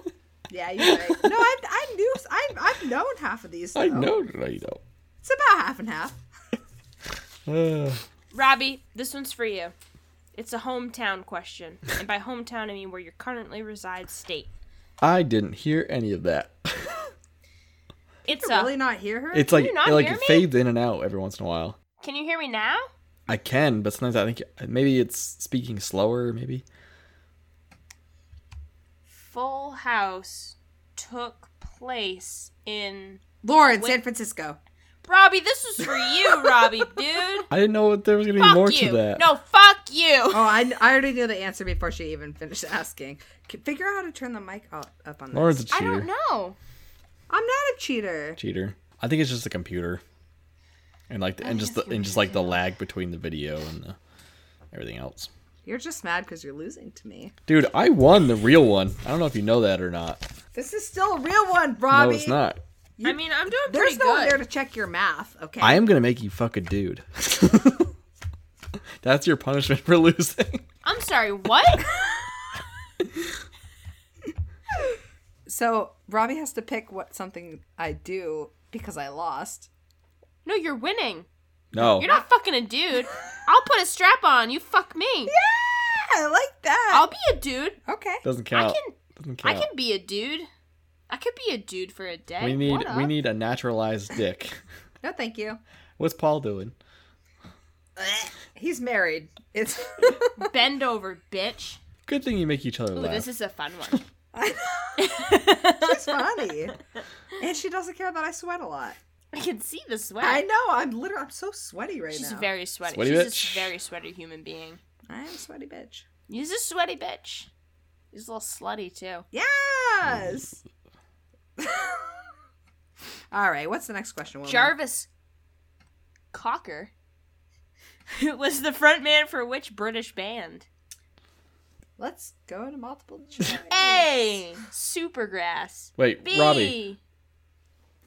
[SPEAKER 4] yeah, you're right. No, I, I knew I, I've known half of these.
[SPEAKER 2] I
[SPEAKER 4] though.
[SPEAKER 2] know. No, you don't.
[SPEAKER 4] it's about half and half.
[SPEAKER 2] Uh,
[SPEAKER 3] Robbie, this one's for you. It's a hometown question, and by hometown I mean where you currently reside, state.
[SPEAKER 2] I didn't hear any of that.
[SPEAKER 3] It's
[SPEAKER 4] You
[SPEAKER 3] a.
[SPEAKER 4] really not hear her?
[SPEAKER 2] It's like
[SPEAKER 3] you not
[SPEAKER 2] it, like
[SPEAKER 3] hear
[SPEAKER 2] it
[SPEAKER 3] me?
[SPEAKER 2] fades in and out every once in a while.
[SPEAKER 3] Can you hear me now?
[SPEAKER 2] I can, but sometimes I think maybe it's speaking slower. Maybe
[SPEAKER 3] Full House took place in.
[SPEAKER 4] Lauren, San Francisco.
[SPEAKER 3] Robbie, this was for you, Robbie, dude.
[SPEAKER 2] I didn't know that there was gonna be
[SPEAKER 3] Fuck
[SPEAKER 2] more
[SPEAKER 3] you.
[SPEAKER 2] to that.
[SPEAKER 3] No, fuck you.
[SPEAKER 4] Oh, I, I already knew the answer before she even finished asking. C- Figure out how to turn the mic o- up on this.
[SPEAKER 2] Lauren's a
[SPEAKER 3] I
[SPEAKER 2] cheater.
[SPEAKER 3] don't know.
[SPEAKER 4] I'm not a cheater.
[SPEAKER 2] Cheater. I think it's just the computer, and like the, and just the, and just like the lag between the video and the, everything else.
[SPEAKER 4] You're just mad because you're losing to me.
[SPEAKER 2] Dude, I won the real one. I don't know if you know that or not.
[SPEAKER 4] This is still a real one, Robbie.
[SPEAKER 2] no, it's not.
[SPEAKER 3] I mean, I'm doing
[SPEAKER 4] There's
[SPEAKER 3] pretty
[SPEAKER 4] no one
[SPEAKER 3] good.
[SPEAKER 4] there to check your math, okay?
[SPEAKER 2] I am gonna make you fuck a dude. That's your punishment for losing.
[SPEAKER 3] I'm sorry, what?
[SPEAKER 4] So Robbie has to pick what something I do because I lost.
[SPEAKER 3] no, you're winning.
[SPEAKER 2] No,
[SPEAKER 3] You're not fucking a dude. I'll put a strap on. You fuck me.
[SPEAKER 4] I like that.
[SPEAKER 3] I'll be a dude.
[SPEAKER 4] okay.
[SPEAKER 2] doesn't
[SPEAKER 3] I
[SPEAKER 2] count.
[SPEAKER 3] can.
[SPEAKER 2] doesn't
[SPEAKER 3] I
[SPEAKER 2] count.
[SPEAKER 3] can be a dude. I could be a dude for a day.
[SPEAKER 2] we need
[SPEAKER 3] What up?
[SPEAKER 2] we need a naturalized dick.
[SPEAKER 4] No, thank you.
[SPEAKER 2] What's Paul doing?
[SPEAKER 4] He's married. It's.
[SPEAKER 3] bend over, bitch.
[SPEAKER 2] Good thing you make each other
[SPEAKER 3] Ooh,
[SPEAKER 2] laugh.
[SPEAKER 3] this is a fun one.
[SPEAKER 4] I know. She's funny, and she doesn't care that I sweat a lot.
[SPEAKER 3] I can see the sweat.
[SPEAKER 4] I know. I'm literally. I'm so sweaty right
[SPEAKER 3] She's
[SPEAKER 4] now.
[SPEAKER 3] very sweaty.
[SPEAKER 2] Sweaty
[SPEAKER 3] She's a
[SPEAKER 2] bitch.
[SPEAKER 3] very sweaty human being.
[SPEAKER 4] I am a sweaty bitch.
[SPEAKER 3] He's a sweaty bitch. He's a little slutty too.
[SPEAKER 4] Yes. All right. What's the next question? woman?
[SPEAKER 3] Jarvis Cocker was the frontman for which British band?
[SPEAKER 4] Let's go into multiple choice.
[SPEAKER 3] A. Supergrass.
[SPEAKER 2] Wait,
[SPEAKER 3] B.
[SPEAKER 2] Robbie.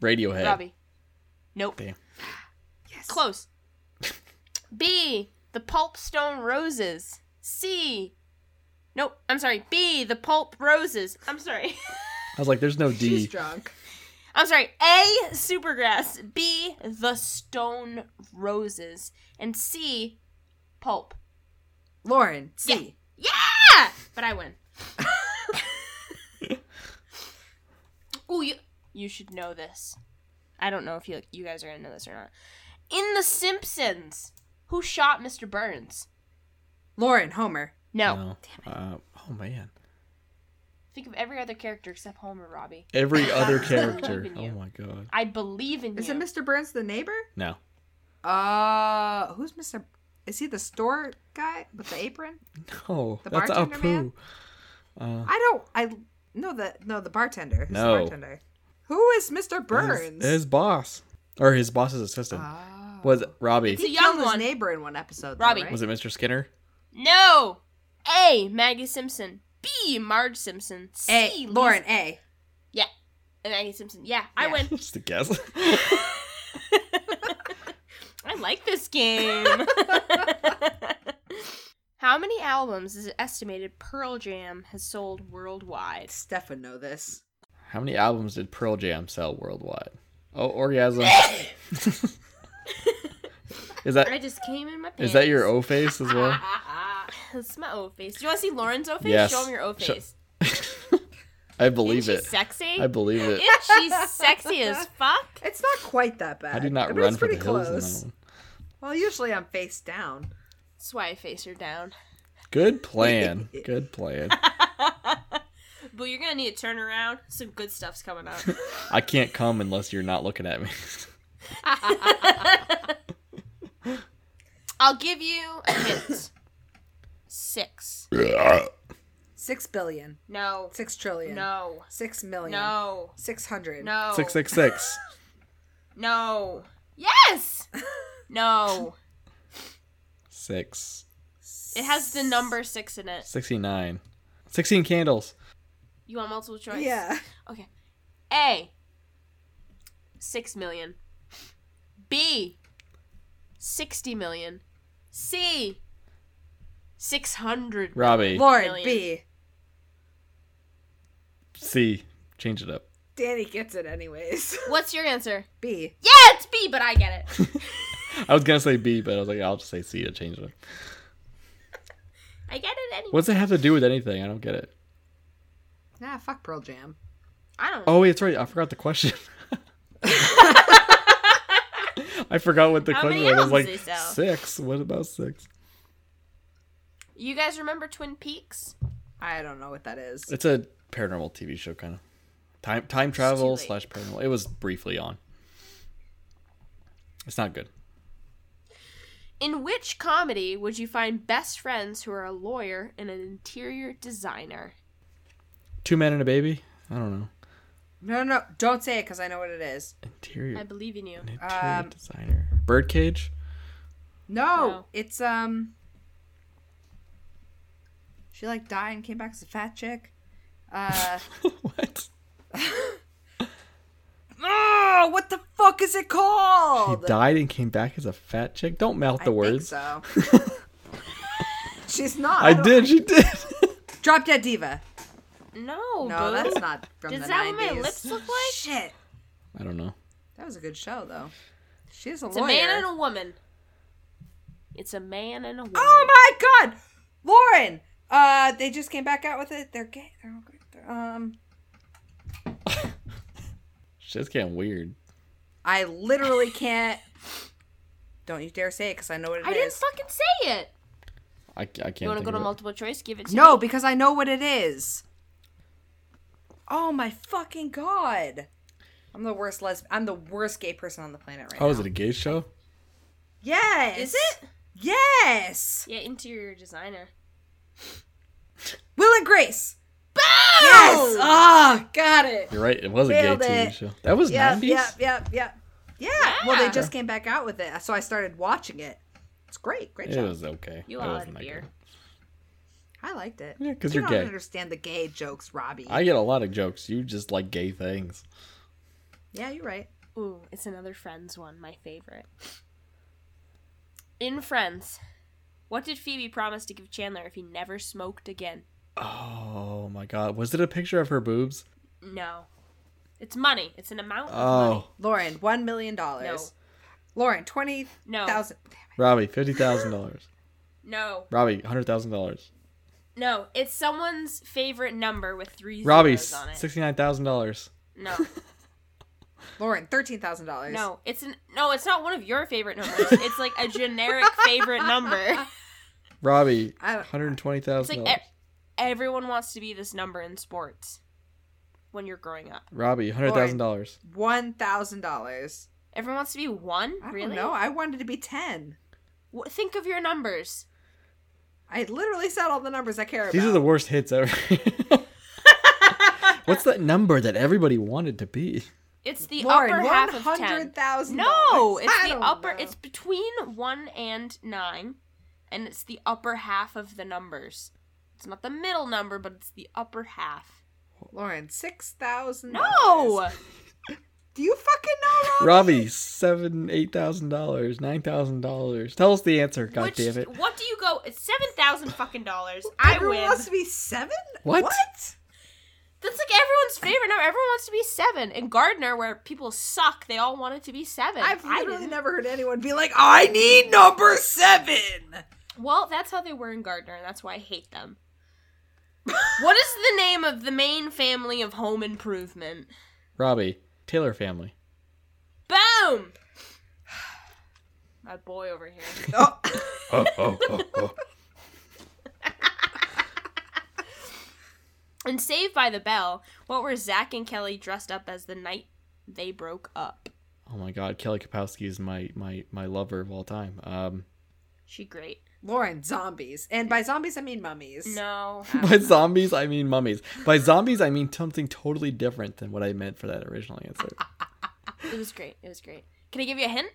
[SPEAKER 2] Radiohead.
[SPEAKER 3] Robbie. Nope.
[SPEAKER 2] Damn.
[SPEAKER 4] Yes.
[SPEAKER 3] Close. B. The Pulpstone Roses. C. Nope. I'm sorry. B. The Pulp Roses. I'm sorry.
[SPEAKER 2] I was like, there's no
[SPEAKER 4] She's
[SPEAKER 2] D.
[SPEAKER 4] drunk.
[SPEAKER 3] I'm sorry. A. Supergrass. B. The Stone Roses. And C. Pulp.
[SPEAKER 4] Lauren C.
[SPEAKER 3] Yeah! But I win. Ooh, you, you should know this. I don't know if you you guys are gonna know this or not. In The Simpsons, who shot Mr. Burns?
[SPEAKER 4] Lauren Homer.
[SPEAKER 3] No.
[SPEAKER 2] No. Uh, oh man.
[SPEAKER 3] Think of every other character except Homer, Robbie.
[SPEAKER 2] Every other
[SPEAKER 3] Believe
[SPEAKER 2] character.
[SPEAKER 3] in
[SPEAKER 2] Oh
[SPEAKER 3] you.
[SPEAKER 2] my god.
[SPEAKER 3] I believe in
[SPEAKER 4] Is
[SPEAKER 3] you.
[SPEAKER 4] it Mr. Burns the neighbor?
[SPEAKER 2] No.
[SPEAKER 4] Uh, who's Mr. Is he the store guy with the apron?
[SPEAKER 2] No.
[SPEAKER 4] The
[SPEAKER 2] that's
[SPEAKER 4] bartender man?
[SPEAKER 2] Apu. Uh,
[SPEAKER 4] I don't. I no the no the bartender. Who's
[SPEAKER 2] No.
[SPEAKER 4] the bartender? Who is Mr. Burns?
[SPEAKER 2] His, his boss, or his boss's assistant,
[SPEAKER 4] Oh.
[SPEAKER 2] was Robbie.
[SPEAKER 3] It's a
[SPEAKER 4] He
[SPEAKER 3] young
[SPEAKER 4] killed his
[SPEAKER 3] one.
[SPEAKER 4] neighbor in one episode.
[SPEAKER 3] Robbie.
[SPEAKER 4] Robbie right?
[SPEAKER 2] Was it Mr. Skinner?
[SPEAKER 3] no. A. Maggie Simpson. B. Marge Simpson. C.
[SPEAKER 4] A
[SPEAKER 3] Lisa-
[SPEAKER 4] Lauren A.
[SPEAKER 3] Yeah. And Maggie Simpson. Yeah, I
[SPEAKER 4] Yeah.
[SPEAKER 3] win.
[SPEAKER 2] Just a guess.
[SPEAKER 3] I like this game. How many albums is it estimated Pearl Jam has sold worldwide?
[SPEAKER 4] Stefan know this.
[SPEAKER 2] How many albums did Pearl Jam sell worldwide? Oh, Orgasm. Is that
[SPEAKER 3] I just came in my pants.
[SPEAKER 2] is that your O face as well?
[SPEAKER 3] That's my O face. Do you want to see Lauren's O face?
[SPEAKER 2] Yes.
[SPEAKER 3] Show him your O
[SPEAKER 2] Show-
[SPEAKER 3] face.
[SPEAKER 2] I believe
[SPEAKER 3] Isn't she
[SPEAKER 2] it.
[SPEAKER 3] sexy?
[SPEAKER 2] I believe it.
[SPEAKER 3] Isn't she sexy as fuck?
[SPEAKER 4] It's not quite that bad.
[SPEAKER 2] I do not
[SPEAKER 4] mean,
[SPEAKER 2] run
[SPEAKER 4] it's
[SPEAKER 2] for the
[SPEAKER 4] pretty
[SPEAKER 2] hills. in that
[SPEAKER 4] close.
[SPEAKER 2] one.
[SPEAKER 4] Well, usually I'm face down.
[SPEAKER 3] That's why I face her down.
[SPEAKER 2] Good plan. Good plan.
[SPEAKER 3] Boo, you're gonna need a turnaround. Some good stuff's coming up.
[SPEAKER 2] I can't come unless you're not looking at me.
[SPEAKER 3] I'll give you a hint. Six.
[SPEAKER 4] Six billion.
[SPEAKER 3] No.
[SPEAKER 4] Six trillion.
[SPEAKER 3] No.
[SPEAKER 4] Six million.
[SPEAKER 3] No.
[SPEAKER 4] Six hundred.
[SPEAKER 3] No.
[SPEAKER 2] Six six six.
[SPEAKER 3] No. Yes. No.
[SPEAKER 2] Six.
[SPEAKER 3] It has the number six in it.
[SPEAKER 2] Sixty nine. Sixteen candles.
[SPEAKER 3] You want multiple choice?
[SPEAKER 4] Yeah.
[SPEAKER 3] Okay. A. Six million. B. Sixty million. C. Six hundred.
[SPEAKER 2] Robbie.
[SPEAKER 4] Lauren
[SPEAKER 3] Million.
[SPEAKER 4] B.
[SPEAKER 2] C. Change it up.
[SPEAKER 4] Danny gets it anyways.
[SPEAKER 3] What's your answer?
[SPEAKER 4] B.
[SPEAKER 3] Yeah, it's B, but I get it.
[SPEAKER 2] I was gonna say B, but I was like, I'll just say C to change it up.
[SPEAKER 3] I get it anyway.
[SPEAKER 2] What's it have to do with anything? I don't get it.
[SPEAKER 4] Nah, fuck Pearl Jam.
[SPEAKER 3] I don't.
[SPEAKER 2] Oh wait, that's right. I forgot the question. I forgot what the
[SPEAKER 3] How
[SPEAKER 2] question
[SPEAKER 3] many
[SPEAKER 2] was. I was
[SPEAKER 3] albums
[SPEAKER 2] like
[SPEAKER 3] they sell?
[SPEAKER 2] six. What about six?
[SPEAKER 3] You guys remember Twin Peaks?
[SPEAKER 4] I don't know what that is.
[SPEAKER 2] It's a paranormal TV show kind of time time travel
[SPEAKER 3] late.
[SPEAKER 2] slash paranormal. It was briefly on. It's not good.
[SPEAKER 3] In which comedy would you find best friends who are a lawyer and an interior designer?
[SPEAKER 2] Two men and a baby. I don't know.
[SPEAKER 4] No, no, no. Don't say it because I know what it is.
[SPEAKER 2] Interior,
[SPEAKER 3] I believe in you.
[SPEAKER 2] interior
[SPEAKER 4] um,
[SPEAKER 2] designer. Birdcage.
[SPEAKER 4] No,
[SPEAKER 3] No.
[SPEAKER 4] it's um. She like died and came back as a fat chick. Uh,
[SPEAKER 2] what?
[SPEAKER 3] Ah,
[SPEAKER 4] oh, what the fuck is it
[SPEAKER 2] He
[SPEAKER 4] called?
[SPEAKER 2] died and came back as a fat chick. Don't mouth the
[SPEAKER 4] I
[SPEAKER 2] words.
[SPEAKER 4] Think so. She's not.
[SPEAKER 2] I
[SPEAKER 4] don't-
[SPEAKER 2] did. She did.
[SPEAKER 4] Drop Dead Diva.
[SPEAKER 3] No,
[SPEAKER 4] No,
[SPEAKER 3] boo.
[SPEAKER 4] that's not from
[SPEAKER 3] Oh, Is
[SPEAKER 4] the
[SPEAKER 3] that
[SPEAKER 4] 90s.
[SPEAKER 3] what my lips look like?
[SPEAKER 4] Shit.
[SPEAKER 2] I don't know.
[SPEAKER 4] That was a good show, though. She's a
[SPEAKER 3] It's
[SPEAKER 4] lawyer.
[SPEAKER 3] a man and a woman. It's a man and a woman.
[SPEAKER 4] oh my god! Lauren! Uh, they just came back out with it. They're gay. They're all good. They're- um,
[SPEAKER 2] Shit's getting weird.
[SPEAKER 4] I literally can't. Don't you dare say it because I know what it is.
[SPEAKER 3] I didn't fucking say it.
[SPEAKER 2] I, I can't.
[SPEAKER 3] You want to
[SPEAKER 2] think
[SPEAKER 3] go to
[SPEAKER 2] of it.
[SPEAKER 3] multiple choice? Give it to
[SPEAKER 4] No,
[SPEAKER 3] me.
[SPEAKER 4] because I know what it is. Oh my fucking god. I'm the worst lesb- I'm the worst gay person on the planet right
[SPEAKER 2] Oh,
[SPEAKER 4] now.
[SPEAKER 2] is it a gay show?
[SPEAKER 4] Yes.
[SPEAKER 3] Is it?
[SPEAKER 4] Yes.
[SPEAKER 3] Yeah, interior designer.
[SPEAKER 4] Will and Grace. Yes. Oh, got it.
[SPEAKER 2] You're right. It was a
[SPEAKER 4] Nailed
[SPEAKER 2] gay TV
[SPEAKER 4] it.
[SPEAKER 2] show. That was
[SPEAKER 4] Yep,
[SPEAKER 2] 90s.
[SPEAKER 4] yep, yep, yep. Yeah. Well,
[SPEAKER 3] Yeah.
[SPEAKER 4] they just came back out with it, so I started watching it. It's great. Great
[SPEAKER 2] It
[SPEAKER 4] show.
[SPEAKER 2] was okay.
[SPEAKER 3] You
[SPEAKER 2] It
[SPEAKER 3] all
[SPEAKER 2] wasn't
[SPEAKER 3] had
[SPEAKER 2] that
[SPEAKER 3] beer.
[SPEAKER 2] good.
[SPEAKER 4] I liked it.
[SPEAKER 2] Yeah, 'cause
[SPEAKER 4] You
[SPEAKER 2] you're
[SPEAKER 4] don't
[SPEAKER 2] gay.
[SPEAKER 4] understand the gay jokes, Robbie.
[SPEAKER 2] I get a lot of jokes. You just like gay things.
[SPEAKER 4] Yeah, you're right.
[SPEAKER 3] Ooh, it's another Friends one, my favorite. In Friends, what did Phoebe promise to give Chandler if he never smoked again?
[SPEAKER 2] Oh my god. Was it a picture of her boobs?
[SPEAKER 3] No. It's money. It's an amount of money.
[SPEAKER 2] Oh,
[SPEAKER 4] Lauren, one million dollars. Lauren, twenty
[SPEAKER 3] No.
[SPEAKER 4] thousand.
[SPEAKER 2] Robbie, $50,000.
[SPEAKER 3] No.
[SPEAKER 2] Robbie, $100,000.
[SPEAKER 3] No. It's someone's favorite number with three zeros
[SPEAKER 2] Robbie,
[SPEAKER 3] on it.
[SPEAKER 2] $69,000.
[SPEAKER 3] No.
[SPEAKER 4] Lauren, thirteen thousand dollars.
[SPEAKER 3] No. It's an no, it's not one of your favorite numbers. It's like a generic favorite number.
[SPEAKER 2] Robbie,
[SPEAKER 4] I-
[SPEAKER 3] It's like
[SPEAKER 2] $120,000.
[SPEAKER 3] e- everyone wants to be this number in sports when you're growing up.
[SPEAKER 2] Robbie, $100,000.
[SPEAKER 4] one thousand dollars.
[SPEAKER 3] Everyone wants to be one?
[SPEAKER 4] I
[SPEAKER 3] really?
[SPEAKER 4] don't know. I wanted to be ten.
[SPEAKER 3] Wh- Think of your numbers.
[SPEAKER 4] I literally said all the numbers I care about.
[SPEAKER 2] These are the worst hits ever. What's that number that everybody wanted to be?
[SPEAKER 3] It's the
[SPEAKER 4] Lauren,
[SPEAKER 3] upper half of ten.
[SPEAKER 4] $100,000.
[SPEAKER 3] No, it's
[SPEAKER 4] I
[SPEAKER 3] the
[SPEAKER 4] don't
[SPEAKER 3] upper.
[SPEAKER 4] know.
[SPEAKER 3] It's between one and nine, and it's the upper half of the numbers. It's not the middle number, but it's the upper half.
[SPEAKER 4] Lauren six thousand.
[SPEAKER 3] No,
[SPEAKER 4] do you fucking know? Rob?
[SPEAKER 2] Robbie, seven, eight thousand dollars, nine thousand dollars. Tell us the answer, god
[SPEAKER 3] Which-
[SPEAKER 2] damn it.
[SPEAKER 3] What do you go? It's seven thousand fucking dollars. I
[SPEAKER 4] Everyone
[SPEAKER 3] win.
[SPEAKER 4] wants to be seven.
[SPEAKER 2] What?
[SPEAKER 4] What?
[SPEAKER 3] That's like everyone's favorite number. Everyone wants to be seven. In Gardner, where people suck, they all want it to be seven.
[SPEAKER 4] I've
[SPEAKER 3] I
[SPEAKER 4] literally
[SPEAKER 3] didn't.
[SPEAKER 4] never heard anyone be like, I need number seven.
[SPEAKER 3] Well, that's how they were in Gardner, and that's why I hate them. what is the name of the main family of home improvement?
[SPEAKER 2] Robbie, Taylor family.
[SPEAKER 3] Boom! My boy over here.
[SPEAKER 4] Oh,
[SPEAKER 1] Oh, oh, oh, oh.
[SPEAKER 3] And Saved by the Bell, what were Zach and Kelly dressed up as the night they broke up?
[SPEAKER 2] Oh my God, Kelly Kapowski is my my my lover of all time. Um,
[SPEAKER 3] She great.
[SPEAKER 4] Lauren, zombies. And by zombies, I mean mummies.
[SPEAKER 3] No.
[SPEAKER 2] by zombies, I mean mummies. By zombies, I mean something totally different than what I meant for that original answer.
[SPEAKER 3] It was great. It was great. Can I give you a hint?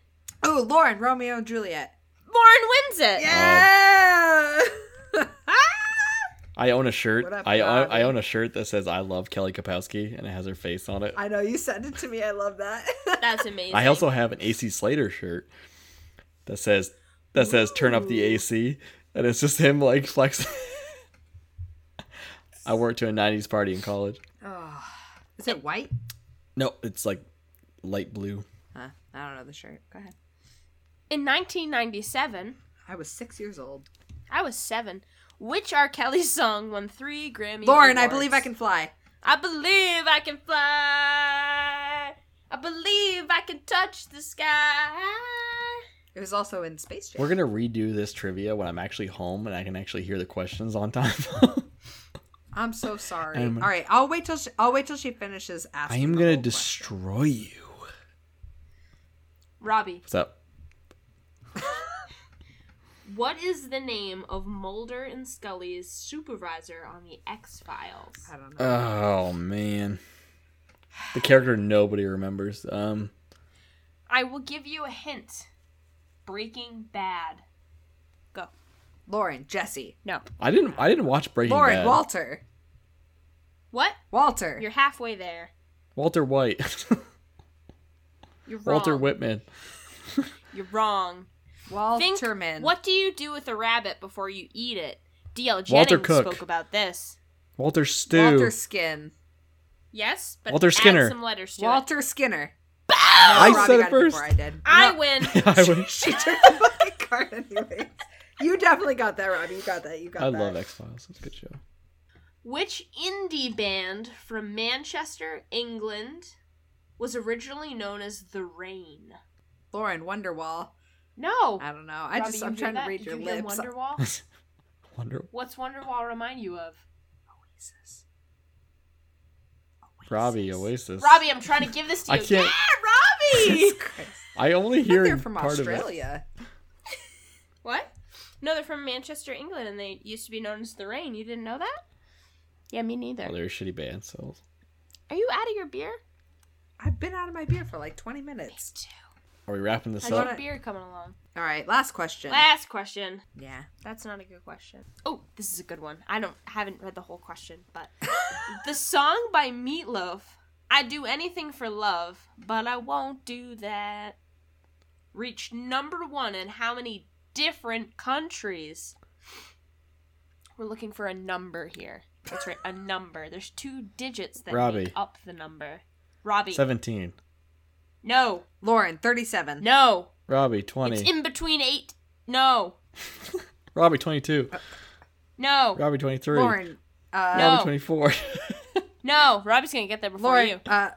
[SPEAKER 4] Oh, Lauren, Romeo and Juliet.
[SPEAKER 3] Lauren wins
[SPEAKER 4] Oh.
[SPEAKER 3] it.
[SPEAKER 4] Yeah.
[SPEAKER 2] I own a shirt.
[SPEAKER 4] What up,
[SPEAKER 2] I own,
[SPEAKER 4] Robbie?
[SPEAKER 2] I own a shirt that says "I love Kelly Kapowski" and it has her face on it.
[SPEAKER 4] I know you sent it to me. I love that.
[SPEAKER 3] That's amazing.
[SPEAKER 2] I also have an AC Slater shirt that says that says "Turn up the AC," and it's just him like flexing. I worked to a '90s party in college.
[SPEAKER 4] oh. Is it white?
[SPEAKER 2] No, it's like light blue.
[SPEAKER 4] Huh. I don't know the shirt. Go ahead.
[SPEAKER 3] in 1997,
[SPEAKER 4] I was six years old.
[SPEAKER 3] I was seven. Which R. Kelly song won three Grammy?
[SPEAKER 4] Lauren, I
[SPEAKER 3] awards?
[SPEAKER 4] believe I can fly.
[SPEAKER 3] I believe I can fly. I believe I can touch the sky.
[SPEAKER 4] It was also in Space Jam.
[SPEAKER 2] We're gonna redo this trivia when I'm actually home and I can actually hear the questions on time.
[SPEAKER 4] I'm so sorry.
[SPEAKER 2] I'm-
[SPEAKER 4] All right, I'll wait till she, I'll wait till she finishes
[SPEAKER 2] I
[SPEAKER 4] asking.
[SPEAKER 2] am
[SPEAKER 4] the
[SPEAKER 2] gonna
[SPEAKER 4] whole question.
[SPEAKER 2] destroy you.
[SPEAKER 3] Robbie,
[SPEAKER 2] What's up?
[SPEAKER 3] what is the name of Mulder and Scully's supervisor on the X Files?
[SPEAKER 4] I don't know.
[SPEAKER 2] Oh man, the character nobody remembers. Um,
[SPEAKER 3] I will give you a hint. Breaking Bad. Go.
[SPEAKER 4] Lauren, Jesse,
[SPEAKER 3] No.
[SPEAKER 2] I didn't. I didn't watch Breaking
[SPEAKER 4] Lauren,
[SPEAKER 2] Bad.
[SPEAKER 4] Walter,
[SPEAKER 3] What?
[SPEAKER 4] Walter.
[SPEAKER 3] You're halfway there.
[SPEAKER 2] Walter White.
[SPEAKER 3] You're wrong.
[SPEAKER 2] Walter Whitman.
[SPEAKER 3] You're wrong. Think,
[SPEAKER 4] Walterman.
[SPEAKER 3] what do you do with a rabbit before you eat it? D.L. Jennings
[SPEAKER 2] Walter Cook.
[SPEAKER 3] spoke about this.
[SPEAKER 2] Walter Stew.
[SPEAKER 4] Walter Skin.
[SPEAKER 3] Yes, but
[SPEAKER 2] Walter Skinner.
[SPEAKER 3] add some letters to it.
[SPEAKER 4] Walter Skinner.
[SPEAKER 2] I
[SPEAKER 4] No, Robbie
[SPEAKER 2] said it
[SPEAKER 4] got before
[SPEAKER 2] first.
[SPEAKER 4] I did.
[SPEAKER 3] I
[SPEAKER 4] No,
[SPEAKER 3] win.
[SPEAKER 2] I, would-
[SPEAKER 4] she took the fucking card anyways. You definitely got that, Robbie. You got that. You got
[SPEAKER 2] I
[SPEAKER 4] that.
[SPEAKER 2] love X Files. It's a good show.
[SPEAKER 3] Which indie band from Manchester, England, was originally known as The Rain?
[SPEAKER 4] Lauren Wonderwall.
[SPEAKER 3] No.
[SPEAKER 4] I don't know. I
[SPEAKER 3] Robbie,
[SPEAKER 4] just
[SPEAKER 3] you
[SPEAKER 4] I'm
[SPEAKER 3] hear
[SPEAKER 4] trying
[SPEAKER 3] that?
[SPEAKER 4] to read
[SPEAKER 3] Did
[SPEAKER 4] your
[SPEAKER 3] you
[SPEAKER 4] lips.
[SPEAKER 3] Hear Wonderwall?
[SPEAKER 2] Wonder
[SPEAKER 3] What's Wonderwall remind you of?
[SPEAKER 4] Oasis.
[SPEAKER 2] Robbie Oasis.
[SPEAKER 3] Robbie, I'm trying to give this to
[SPEAKER 2] I
[SPEAKER 3] you.
[SPEAKER 2] can't-
[SPEAKER 3] Yeah, Robbie.
[SPEAKER 4] Jesus Christ.
[SPEAKER 2] I only hear
[SPEAKER 4] They're from
[SPEAKER 2] part of it.
[SPEAKER 4] Australia.
[SPEAKER 3] what? No, they're from Manchester, England, and they used to be known as The Rain. You didn't know that? Yeah, me neither.
[SPEAKER 2] Well, Oh, they're a shitty band, so
[SPEAKER 3] Are you out of your beer?
[SPEAKER 4] I've been out of my beer for like 20 minutes.
[SPEAKER 2] are we wrapping this
[SPEAKER 3] I
[SPEAKER 2] up?
[SPEAKER 3] got a beer coming along.
[SPEAKER 4] All right, last question.
[SPEAKER 3] Last question.
[SPEAKER 4] Yeah.
[SPEAKER 3] That's not a good question. Oh, this is a good one. I don't haven't read the whole question, but the song by Meatloaf, "I Do Anything for Love, but I Won't Do That," reached number one in how many different countries? We're looking for a number here. That's right, a number. There's two digits that
[SPEAKER 2] Robbie.
[SPEAKER 3] make up the number. Robbie.
[SPEAKER 2] Seventeen.
[SPEAKER 3] No,
[SPEAKER 4] Lauren, 37.
[SPEAKER 3] no.
[SPEAKER 2] Robbie
[SPEAKER 3] It's
[SPEAKER 2] twenty.
[SPEAKER 3] in between eight. No,
[SPEAKER 2] Robbie twenty two.
[SPEAKER 3] no,
[SPEAKER 2] Robbie twenty three.
[SPEAKER 4] Oh. Lauren. Uh,
[SPEAKER 3] No.
[SPEAKER 2] Robbie twenty four.
[SPEAKER 3] no. Robbie's gonna get there before
[SPEAKER 4] Lauren.
[SPEAKER 3] you.
[SPEAKER 4] Uh,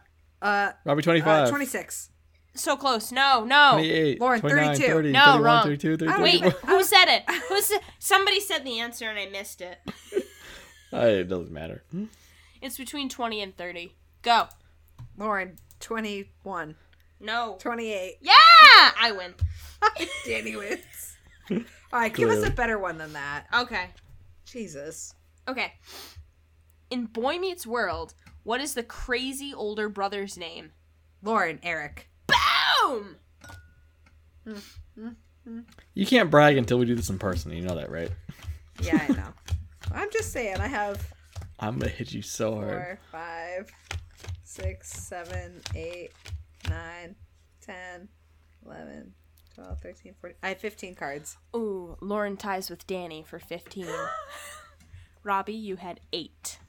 [SPEAKER 4] uh,
[SPEAKER 2] Robbie
[SPEAKER 4] uh,
[SPEAKER 2] twenty five.
[SPEAKER 4] 26.
[SPEAKER 3] So close. No, no.
[SPEAKER 2] 28,
[SPEAKER 4] Lauren,
[SPEAKER 2] 29,
[SPEAKER 4] 32.
[SPEAKER 2] 30,
[SPEAKER 3] No,
[SPEAKER 2] 31,
[SPEAKER 3] wrong.
[SPEAKER 2] 32,
[SPEAKER 4] I don't
[SPEAKER 2] 33.
[SPEAKER 3] Wait,
[SPEAKER 4] even-
[SPEAKER 3] who said it? Who said, somebody said the answer and I missed it.
[SPEAKER 2] Uh, it doesn't matter.
[SPEAKER 3] It's between 20 and 30. Go.
[SPEAKER 4] Lauren, 21.
[SPEAKER 3] No.
[SPEAKER 4] 28.
[SPEAKER 3] Yeah! I win.
[SPEAKER 4] Danny wins. All right, give us
[SPEAKER 2] Clearly.
[SPEAKER 4] a better one than that.
[SPEAKER 3] Okay.
[SPEAKER 4] Jesus.
[SPEAKER 3] Okay. In Boy Meets World, what is the crazy older brother's name?
[SPEAKER 4] Lauren, Eric.
[SPEAKER 3] Boom!
[SPEAKER 2] You can't brag until we do this in person. You know that, right?
[SPEAKER 4] Yeah, I know. I'm just saying, I have
[SPEAKER 2] I'm gonna hit you so hard.
[SPEAKER 4] four, five, six, seven, eight, nine, ten, eleven, twelve, thirteen, fourteen. I have 15 cards.
[SPEAKER 3] Ooh, Lauren ties with Danny for 15. Robbie, you had eight.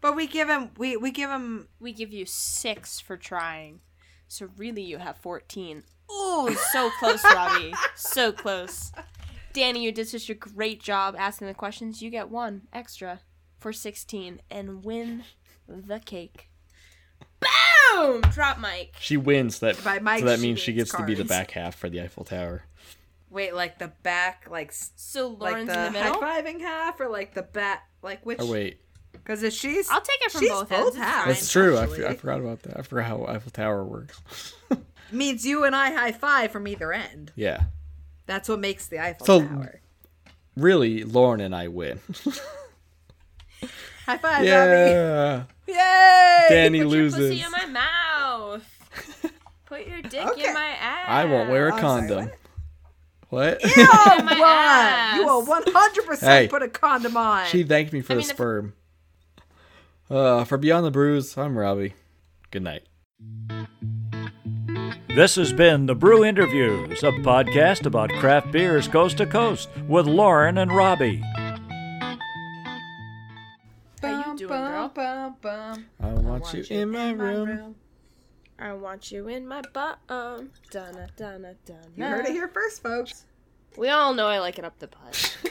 [SPEAKER 4] But we give him we we give him
[SPEAKER 3] We give you six for trying. So really, you have 14. Ooh, so close, Robbie. So close. Danny, you did such a great job asking the questions. You get one extra for 16 and win the cake. Boom! Drop mic.
[SPEAKER 2] She wins that.
[SPEAKER 4] By Mike,
[SPEAKER 2] so that
[SPEAKER 4] she
[SPEAKER 2] means she
[SPEAKER 4] means
[SPEAKER 2] gets to be the
[SPEAKER 4] cards.
[SPEAKER 2] back half for the Eiffel Tower.
[SPEAKER 4] wait like the back like s-
[SPEAKER 3] So
[SPEAKER 4] like
[SPEAKER 3] Lauren's
[SPEAKER 4] the
[SPEAKER 3] in the middle.
[SPEAKER 4] high fiving half or like the bat like which
[SPEAKER 2] Oh wait,
[SPEAKER 4] because if she's
[SPEAKER 3] I'll take it from
[SPEAKER 4] she's
[SPEAKER 3] both ends,
[SPEAKER 4] both
[SPEAKER 3] it's
[SPEAKER 4] halves.
[SPEAKER 3] fine.
[SPEAKER 2] that's true. I, f- I
[SPEAKER 4] actually.
[SPEAKER 2] forgot about that. I forgot how Eiffel Tower works.
[SPEAKER 4] means you and I high five from either end.
[SPEAKER 2] yeah,
[SPEAKER 4] That's what makes the Eiffel
[SPEAKER 2] So-
[SPEAKER 4] Tower.
[SPEAKER 2] really, Lauren and I win.
[SPEAKER 4] High five, Robbie!
[SPEAKER 2] yeah,
[SPEAKER 4] Yay!
[SPEAKER 2] Danny
[SPEAKER 3] Put your pussy
[SPEAKER 2] loses.
[SPEAKER 3] in my mouth. Put your dick
[SPEAKER 4] Okay.
[SPEAKER 3] in my ass.
[SPEAKER 2] I won't wear a
[SPEAKER 4] I'm sorry,
[SPEAKER 2] condom. what?
[SPEAKER 4] Oh,
[SPEAKER 3] my
[SPEAKER 4] Ron, You will
[SPEAKER 3] ass.
[SPEAKER 4] 100
[SPEAKER 2] Hey.
[SPEAKER 4] percent put a condom on.
[SPEAKER 2] she thanked me for
[SPEAKER 3] I
[SPEAKER 2] the
[SPEAKER 3] mean, if-
[SPEAKER 2] sperm. Uh, for Beyond the Bruise, I'm Robbie. Good night.
[SPEAKER 5] This has been The Brew Interviews, a podcast about craft beers coast to coast with Lauren and Robbie.
[SPEAKER 3] How you doing, girl?
[SPEAKER 4] Bum, bum,
[SPEAKER 2] I want, you, in my room.
[SPEAKER 3] I want you in my butt. Um, donna, donna, donna.
[SPEAKER 4] You heard it here first, folks.
[SPEAKER 3] We all know I like it up the butt.